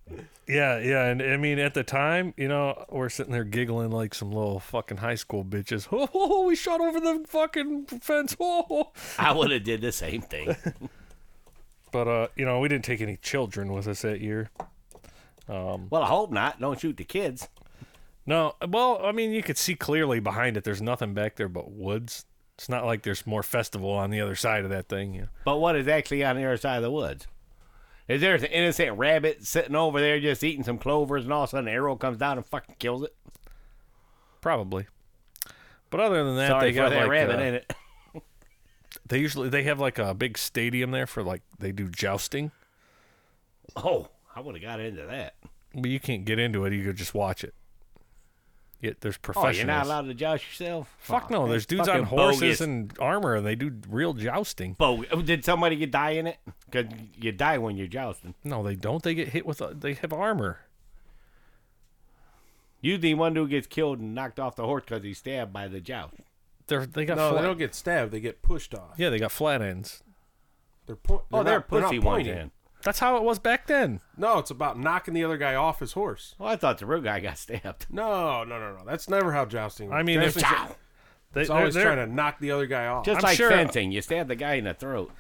Speaker 1: yeah, yeah, and I mean, at the time, you know, we're sitting there giggling like some little fucking high school bitches. Oh, we shot over the fucking fence. Oh,
Speaker 2: I would have did the same thing.
Speaker 1: but uh, you know, we didn't take any children with us that year.
Speaker 2: Well, I hope not. Don't shoot the kids.
Speaker 1: No, well, I mean, you could see clearly behind it. There's nothing back there but woods. It's not like there's more festival on the other side of that thing. You know?
Speaker 2: But what is actually on the other side of the woods? Is there an innocent rabbit sitting over there just eating some clovers, and all of a sudden an arrow comes down and fucking kills it?
Speaker 1: Probably. But other than that,
Speaker 2: Sorry
Speaker 1: they
Speaker 2: for
Speaker 1: got
Speaker 2: that
Speaker 1: like
Speaker 2: rabbit,
Speaker 1: uh,
Speaker 2: ain't it?
Speaker 1: they usually they have like a big stadium there for like they do jousting.
Speaker 2: Oh, I would have got into that. Oh,
Speaker 1: But you can't get into it. You could just watch it. Yeah, there's
Speaker 2: Oh,
Speaker 1: professionals.
Speaker 2: you're not allowed to joust yourself.
Speaker 1: Fuck no.
Speaker 2: that's
Speaker 1: There's dudes on
Speaker 2: fucking
Speaker 1: horses
Speaker 2: bogus.
Speaker 1: and armor, and they do real jousting.
Speaker 2: Bogus. Oh, Did somebody get die in it? Cause you die when you're jousting.
Speaker 1: No, they don't. They get hit with. A, they have armor.
Speaker 2: Usually, one dude gets killed and knocked off the horse because he's stabbed by the joust.
Speaker 1: They're they got
Speaker 4: No,
Speaker 1: flat.
Speaker 4: they don't get stabbed. They get pushed off.
Speaker 1: yeah, they got flat ends.
Speaker 4: They're, po-
Speaker 2: Oh, they're
Speaker 4: not- not
Speaker 2: pussy ones
Speaker 4: pointy.
Speaker 2: in.
Speaker 1: That's how it was back then.
Speaker 4: No, it's about knocking the other guy off his horse.
Speaker 2: Well, I thought the real guy got stabbed.
Speaker 4: No, no, no, no. That's never how jousting.
Speaker 1: I
Speaker 4: works.
Speaker 1: mean, if
Speaker 4: Jousting's-
Speaker 1: they,
Speaker 4: it's always trying to knock the other guy off.
Speaker 2: Just
Speaker 1: I'm
Speaker 2: like
Speaker 1: sure-
Speaker 2: fencing, you stab the guy in the throat.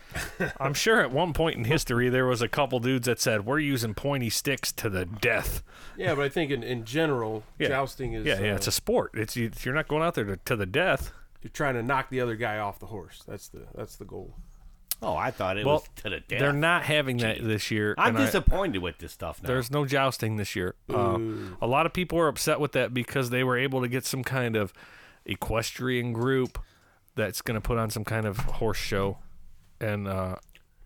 Speaker 1: I'm sure at one point in history there was a couple dudes that said we're using pointy sticks to the death.
Speaker 4: yeah, but I think in, in general,
Speaker 1: Yeah.
Speaker 4: jousting is
Speaker 1: Yeah, yeah,
Speaker 4: uh,
Speaker 1: it's a sport. It's you, you're not going out there to, to the death.
Speaker 4: you're trying to knock the other guy off the horse. That's the that's the goal.
Speaker 2: Oh, I thought it
Speaker 1: Well,
Speaker 2: was to the death.
Speaker 1: They're not having that this year.
Speaker 2: I'm
Speaker 1: and I-
Speaker 2: disappointed with this stuff now.
Speaker 1: There's no jousting this year. Uh,
Speaker 4: Mm.
Speaker 1: a lot of people are upset with that because they were able to get some kind of equestrian group that's going to put on some kind of horse show, and uh,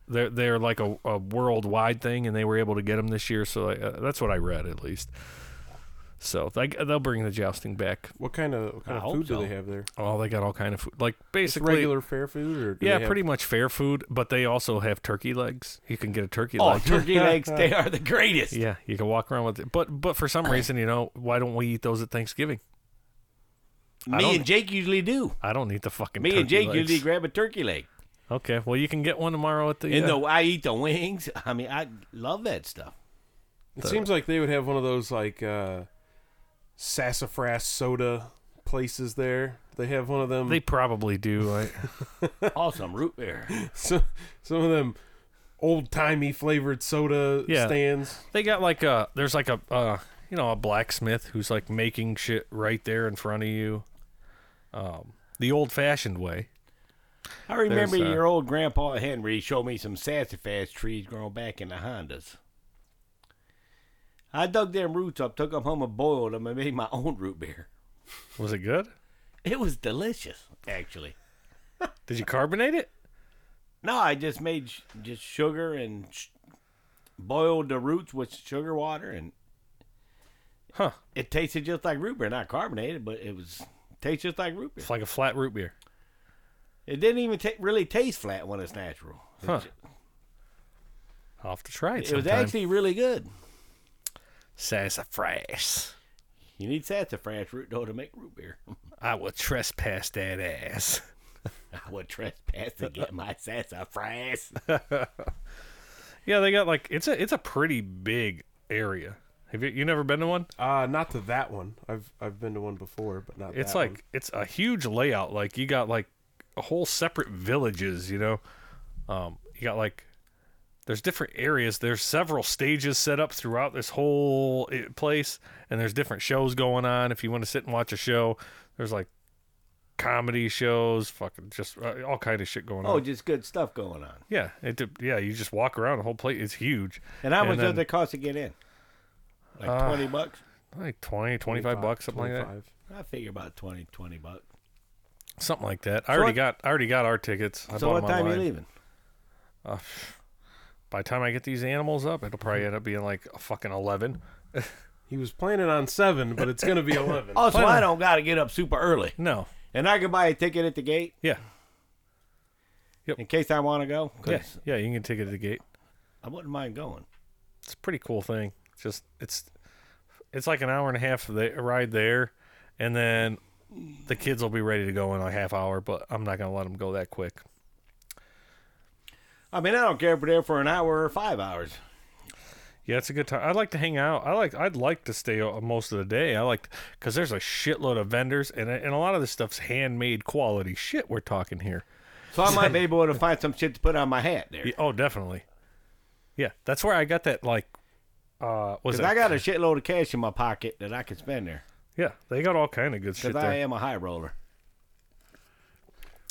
Speaker 1: they're they're like a, a worldwide thing, and they were able to get them this year. So uh, that's what I read at least. So they, they'll bring the jousting back.
Speaker 4: What kind of what kind
Speaker 2: I
Speaker 4: of
Speaker 2: hope
Speaker 4: food
Speaker 2: so.
Speaker 4: do they have there?
Speaker 1: Oh, they got all kind of food, like
Speaker 4: Just
Speaker 1: basically
Speaker 4: regular fair food, or do
Speaker 1: Yeah,
Speaker 4: they have-
Speaker 1: pretty much fair food, but they also have turkey legs. You can get a turkey
Speaker 2: oh,
Speaker 1: leg.
Speaker 2: turkey legs, they are the greatest.
Speaker 1: Yeah, you can walk around with it. But but for some reason, you know, why don't we eat those at Thanksgiving? I
Speaker 2: Me
Speaker 1: don't-
Speaker 2: and Jake usually do.
Speaker 1: I don't need the fucking.
Speaker 2: Me and
Speaker 1: turkey
Speaker 2: Jake
Speaker 1: legs.
Speaker 2: usually grab a turkey leg.
Speaker 1: Okay, well you can get one tomorrow at the.
Speaker 2: And
Speaker 1: uh,
Speaker 2: though I eat the wings, I mean, I love that stuff.
Speaker 4: It seems like they would have one of those like uh, sassafras soda places there. They have one of them.
Speaker 1: they probably do. I,
Speaker 2: Awesome root beer.
Speaker 4: so, some of them old timey flavored soda
Speaker 1: Yeah.
Speaker 4: stands.
Speaker 1: they got like a there's like a uh, you know a blacksmith who's like making shit right there in front of you, um, the old fashioned way.
Speaker 2: I remember
Speaker 1: There's, uh,
Speaker 2: your old grandpa Henry showed me some sassafras trees growing back in the Hondas. I dug them roots up, took them home and boiled them, and made my own root beer.
Speaker 1: Was it good?
Speaker 2: It was delicious, actually.
Speaker 1: Did you carbonate it?
Speaker 2: No, I just made sh- just sugar and sh- boiled the roots with sugar water, and
Speaker 1: Huh?
Speaker 2: it tasted just like root beer. Not carbonated, but it was tastes just like root beer.
Speaker 1: It's like a flat root beer.
Speaker 2: It didn't even ta really taste flat when it's natural. It
Speaker 1: Huh.
Speaker 2: ju-
Speaker 1: I'll have to try it.
Speaker 2: It was
Speaker 1: sometime.
Speaker 2: actually really good.
Speaker 1: sassafras.
Speaker 2: You need sassafras root though to make root beer.
Speaker 1: I will trespass that ass.
Speaker 2: I would trespass to get my sassafras.
Speaker 1: Yeah, they got like it's a it's a pretty big area. Have you you never been to one?
Speaker 4: Uh, not to that one. I've I've been to one before, but not.
Speaker 1: It's
Speaker 4: that
Speaker 1: like
Speaker 4: one.
Speaker 1: it's a huge layout. Like you got like a whole separate villages. You know, um, you got like there's different areas. There's several stages set up throughout this whole eh, place, and there's different shows going on. If you want to sit and watch a show, there's like comedy shows, fucking just uh, all kind of shit going
Speaker 2: Oh,
Speaker 1: on.
Speaker 2: just good stuff going on.
Speaker 1: Yeah, it dep- yeah. You just walk around the whole place. It's huge.
Speaker 2: And how much
Speaker 1: then-
Speaker 2: does it cost to get in? Like
Speaker 1: Uh,
Speaker 2: 20 bucks?
Speaker 1: like 20 25, bucks something like
Speaker 4: 25.
Speaker 2: I figure about 20, 20 bucks.
Speaker 1: that something like that i already
Speaker 2: what-
Speaker 1: got i already got our tickets I
Speaker 2: so
Speaker 1: bought
Speaker 2: what
Speaker 1: 'em
Speaker 2: time
Speaker 1: online.
Speaker 2: you leaving?
Speaker 1: Uh, pff, by the time i get these animals up it'll probably end up being like a fucking 11
Speaker 4: He was planning on seven, but it's gonna be eleven.
Speaker 2: Oh, so I don't got to get up super early.
Speaker 1: no
Speaker 2: And I can buy a ticket at the gate
Speaker 1: yeah
Speaker 2: in case I want to go? 'Cause
Speaker 1: yeah yeah you can take it to the gate
Speaker 2: I wouldn't mind going.
Speaker 1: it's a pretty cool thing just it's it's like an hour and a half of the ride there and then the kids will be ready to go in a half hour but i'm not gonna let them go that quick
Speaker 2: I mean, I don't care if we're there for an hour or five hours.
Speaker 1: Yeah, it's a good time. I like to hang out. I like I'd like to stay o- most of the day. I like because there's a shitload of vendors and and a lot of this stuff's handmade quality shit. We're talking here.
Speaker 2: So I might be able to find some shit to put on my hat there.
Speaker 1: Yeah, oh, definitely. Yeah, that's where I got that like. Uh, was
Speaker 2: Because
Speaker 1: it?
Speaker 2: I got a shitload of cash in my pocket that I can spend there.
Speaker 1: yeah, they got all kind of good shit
Speaker 2: Because
Speaker 1: there.
Speaker 2: I am a high roller.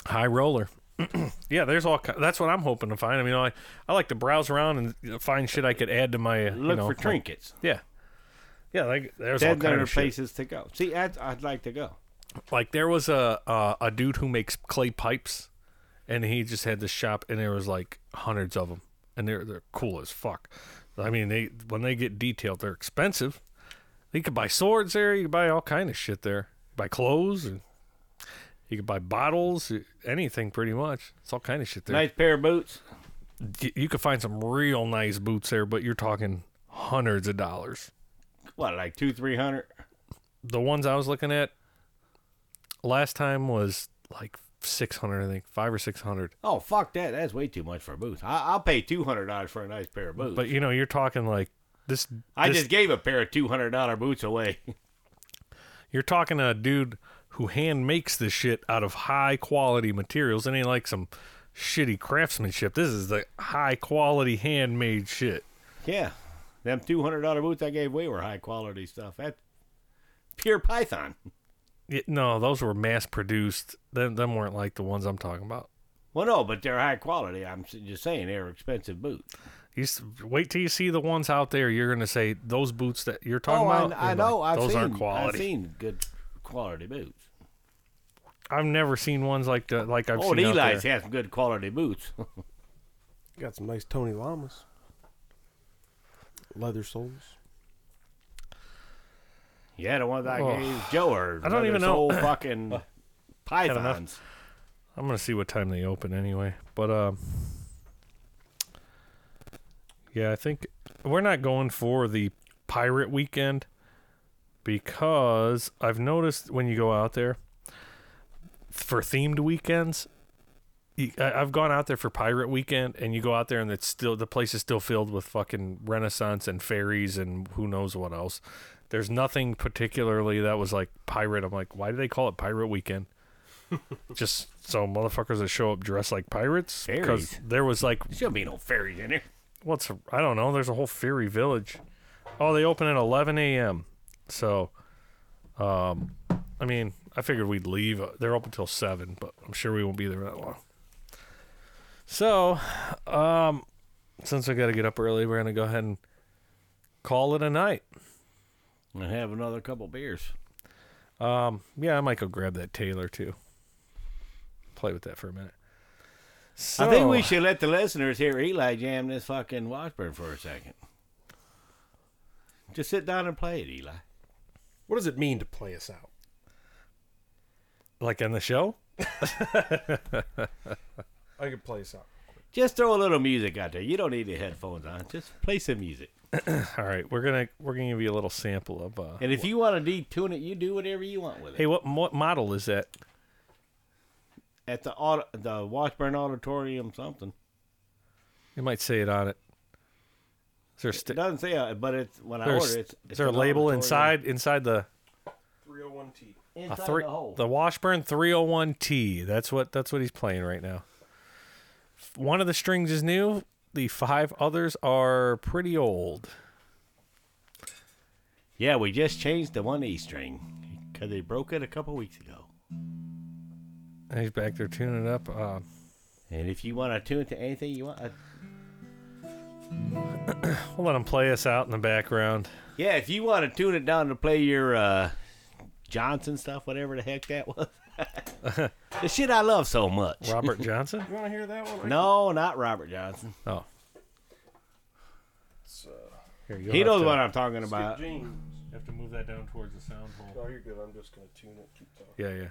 Speaker 1: High roller. yeah, there's all. ki- That's what I'm hoping to find. I mean, I I like to browse around and you know, find shit I could add to my. uh, you
Speaker 2: Look
Speaker 1: know,
Speaker 2: for
Speaker 1: like-
Speaker 2: trinkets.
Speaker 1: yeah. Yeah, like there's all
Speaker 2: Then
Speaker 1: kind
Speaker 2: there are
Speaker 1: of shit.
Speaker 2: places to go. See, I'd, I'd like to go.
Speaker 1: like there was a uh, a dude who makes clay pipes and he just had this shop and there was like hundreds of them and they're they're cool as fuck i mean they when they get detailed they're expensive you could buy swords there you could buy all kind of shit there buy clothes and you could buy bottles anything pretty much it's all kind of shit there
Speaker 2: Nice pair of boots.
Speaker 1: Y- you could find some real nice boots there but you're talking hundreds of dollars
Speaker 2: What, like two, three hundred?
Speaker 1: the ones I was looking at last time was like 600, I think, five or 600.
Speaker 2: Oh fuck that! That's way too much for a boots. I, I'll pay two hundred dollars for a nice pair of boots.
Speaker 1: But, you know, you're talking like this.
Speaker 2: I
Speaker 1: this-
Speaker 2: just gave a pair of two hundred dollar boots away.
Speaker 1: You're talking to a dude who hand makes this shit out of high quality materials. It ain't like some shitty craftsmanship. This is the high quality handmade shit.
Speaker 2: yeah, them two hundred dollar boots I gave away were high quality stuff. That's pure Python.
Speaker 1: It, no, those were mass produced. Them, them weren't like the ones I'm talking about.
Speaker 2: Well, no, but they're high quality. I'm s- just saying they're expensive boots.
Speaker 1: You s- wait till you see the ones out there. You're gonna say those boots that you're talking
Speaker 2: oh, I-
Speaker 1: about.
Speaker 2: I,
Speaker 1: you're
Speaker 2: know.
Speaker 1: like,
Speaker 2: I've
Speaker 1: those
Speaker 2: seen.
Speaker 1: aren't quality.
Speaker 2: I've seen good quality boots.
Speaker 1: I've never seen ones like the, like I've
Speaker 2: oh, and
Speaker 1: seen out
Speaker 2: Eli's
Speaker 1: there.
Speaker 2: had some good quality boots.
Speaker 4: Got some nice Tony Llamas. Leather soles.
Speaker 2: yeah, the ones I
Speaker 1: Oh.
Speaker 2: gave Joe are.
Speaker 1: I don't even
Speaker 2: those
Speaker 1: know-
Speaker 2: old fucking pythons.
Speaker 1: I'm gonna see what time they open anyway. But um, yeah, I think we're not going for the pirate weekend because I've noticed when you go out there for themed weekends. you- I- I've gone out there for pirate weekend, and you go out there, and it's still the place is still filled with fucking Renaissance and fairies and who knows what else. There's nothing particularly that was like pirate. I'm like, why do they call it pirate weekend? just so motherfuckers that show up dressed like pirates.
Speaker 2: Fairies.
Speaker 1: there was like
Speaker 2: There shouldn't be no fairies in here.
Speaker 1: what's I don't know. There's a whole fairy village. Oh, they open at 11 a.m. So, um, I mean, I figured we'd leave. uh, They're open till seven, but I'm sure we won't be there that long. So, um, since we got to get up early, we're gonna go ahead and call it a night.
Speaker 2: And have another couple beers.
Speaker 1: Yeah, I might go grab that Taylor too. Play with that for a minute.
Speaker 2: I think we
Speaker 1: So-
Speaker 2: should let the listeners hear Eli jam this fucking Washburn for a second. Just sit down and play it, Eli.
Speaker 4: What does it mean to play us out?
Speaker 1: like in the show.
Speaker 4: I could play us out.
Speaker 2: Just throw a little music out there. You don't need the headphones on. Just play some music.
Speaker 1: All right, we're gonna we're gonna give you a little sample of. Uh,
Speaker 2: And if you want to detune it, you do whatever you want with it.
Speaker 1: hey, what what model is that?
Speaker 2: At the auto, the Washburn Auditorium, something.
Speaker 1: It might say it on it. Is there,
Speaker 2: It
Speaker 1: st-
Speaker 2: doesn't say, uh, but it's when I
Speaker 1: there's-
Speaker 2: order it.
Speaker 1: is there a label inside inside the
Speaker 4: 301T.
Speaker 1: a
Speaker 2: Inside
Speaker 1: three,
Speaker 2: the hole.
Speaker 1: the Washburn 301T? That's what that's what he's playing right now. One of the strings is new. The five others are pretty old.
Speaker 2: yeah, we just changed the one E string because they broke it a couple weeks ago.
Speaker 1: And he's back there tuning it up. Uh,
Speaker 2: And if you want to tune it to anything you want, uh,
Speaker 1: we'll let him play us out in the background.
Speaker 2: yeah, if you want to tune it down to play your uh, Johnson stuff, whatever the heck that was, the shit I love so much.
Speaker 1: Robert Johnson.
Speaker 4: You want to hear that one?
Speaker 2: No, not Robert Johnson.
Speaker 1: Oh,
Speaker 4: It's, uh,
Speaker 1: here you go.
Speaker 2: he knows what I'm talking about.
Speaker 4: James.
Speaker 1: Have to move that down towards the sound hole.
Speaker 4: Oh, you're good. I'm just going to tune it. Keep talking.
Speaker 1: Yeah, yeah.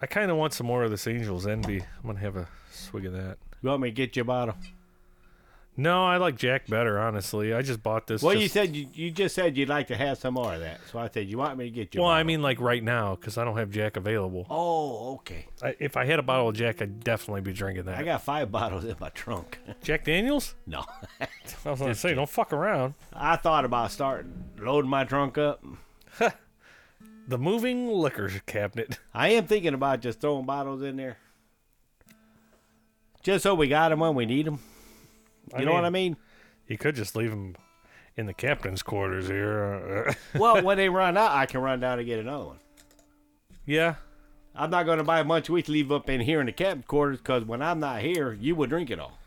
Speaker 1: I kind of want some more of this Angel's Envy. I'm gonna have a swig of that.
Speaker 2: You want me to get you a bottle?
Speaker 1: No, I like Jack better, honestly. I just bought this.
Speaker 2: Well,
Speaker 1: just-
Speaker 2: you said you, you just said you'd like to have some more of that, so I said you want me to get you. a
Speaker 1: Well, I
Speaker 2: bottle?"
Speaker 1: mean, like right now, because I don't have Jack available.
Speaker 2: oh, okay.
Speaker 1: I, if I had a bottle of Jack, I'd definitely be drinking that.
Speaker 2: I got five bottles in my trunk.
Speaker 1: Jack Daniels.
Speaker 2: no,
Speaker 1: I was gonna say, don't fuck around.
Speaker 2: I thought about starting loading my trunk up.
Speaker 1: The moving liquor cabinet.
Speaker 2: I am thinking about just throwing bottles in there, just so we got them when we need them. You know what I mean?
Speaker 1: You could just leave them in the captain's quarters here.
Speaker 2: well, when they run out, I can run down and get another one.
Speaker 1: yeah,
Speaker 2: I'm not going to buy a bunch we can leave up in here in the captain's quarters because when I'm not here, you would drink it all.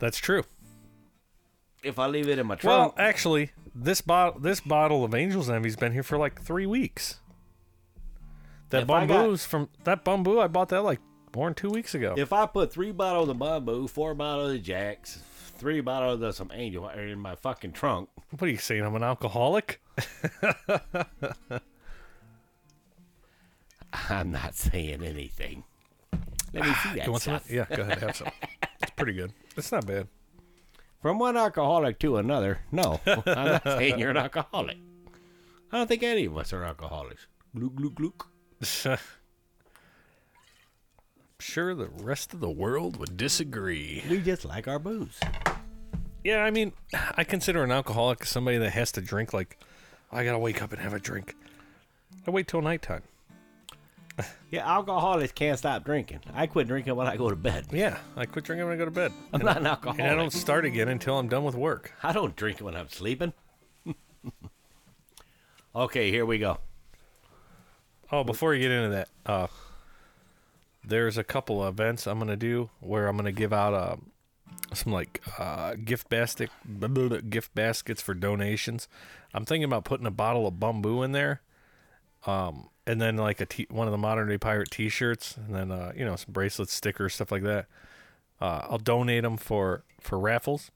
Speaker 1: that's true.
Speaker 2: If I leave it in my trunk,
Speaker 1: Well, actually, this bottle this bottle of Angel's Envy's been here for like three weeks. That
Speaker 2: If I got-
Speaker 1: bamboo's from that bamboo. I bought that like more than two weeks ago.
Speaker 2: If I put three bottles of Bamboo, four bottles of Jack's, three bottles of some Angel are in my fucking trunk,
Speaker 1: What are you saying? I'm an alcoholic.
Speaker 2: I'm not saying anything. Let me see
Speaker 1: Ah, You
Speaker 2: that
Speaker 1: want some? of
Speaker 2: stuff.
Speaker 1: that? Yeah, go ahead, have some. It's pretty good. It's not bad.
Speaker 2: From one alcoholic to another, no, I'm not saying you're an alcoholic. I don't think any of us are alcoholics. Gluk, gluk, gluk.
Speaker 1: That's sure the rest of the world would disagree.
Speaker 2: We just like our booze.
Speaker 1: Yeah, I mean, I consider an alcoholic somebody that has to drink. Like, I gotta wake up and have a drink. I wait till nighttime.
Speaker 2: Yeah, alcoholics can't stop drinking. I quit drinking when I go to bed.
Speaker 1: Yeah, I quit drinking when I go to bed.
Speaker 2: I'm not an
Speaker 1: And I don't
Speaker 2: alcoholic.
Speaker 1: start again until I'm done with work.
Speaker 2: I don't drink when I'm sleeping. okay, here we go.
Speaker 1: Oh, before you get into that, uh, there's a couple of events I'm gonna do where I'm gonna give out uh, some like uh, gift basket blah, blah, blah, gift baskets for donations. I'm thinking about putting a bottle of bamboo in there, um, and then like a t- one of the modern day pirate T-shirts, and then uh, you know some bracelets, stickers, stuff like that. Uh, I'll donate them for for raffles,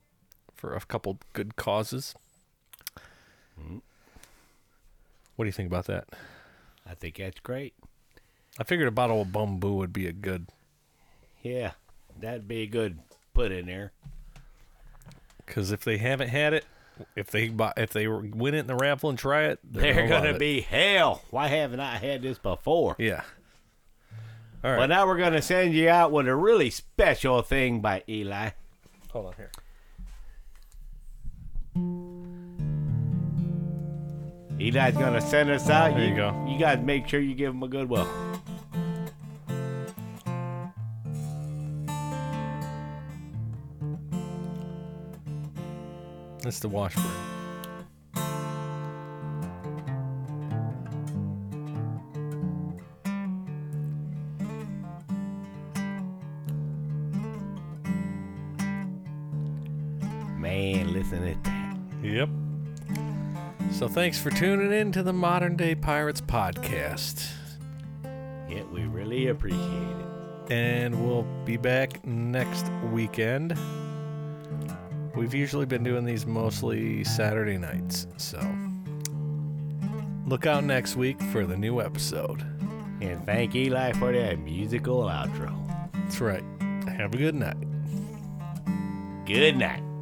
Speaker 1: for a couple good causes. What do you think about that?
Speaker 2: I think that's great.
Speaker 1: I figured a bottle of bamboo would be a good
Speaker 2: Yeah, that'd be a good put in there.
Speaker 1: because if they haven't had it, if they buy, if they were- win it in the raffle and try it, they're,
Speaker 2: They're
Speaker 1: gonna,
Speaker 2: gonna
Speaker 1: love it.
Speaker 2: be hell. Why haven't I had this before?
Speaker 1: yeah. All right,
Speaker 2: Well, now we're gonna send you out with a really special thing by Eli.
Speaker 1: hold on here.
Speaker 2: Eli's gonna send us out.
Speaker 1: There you go.
Speaker 2: You guys make sure you give him a good welcome.
Speaker 1: That's the Washburn.
Speaker 2: Man, listen to that.
Speaker 1: Yep. So thanks for tuning in to the Modern Day Pirates podcast,
Speaker 2: Yeah, we really appreciate it.
Speaker 1: and we'll be back next weekend. We've usually been doing these mostly Saturday nights, so look out next week for the new episode.
Speaker 2: And thank Eli for that musical outro.
Speaker 1: That's right. Have a good night.
Speaker 2: Good night.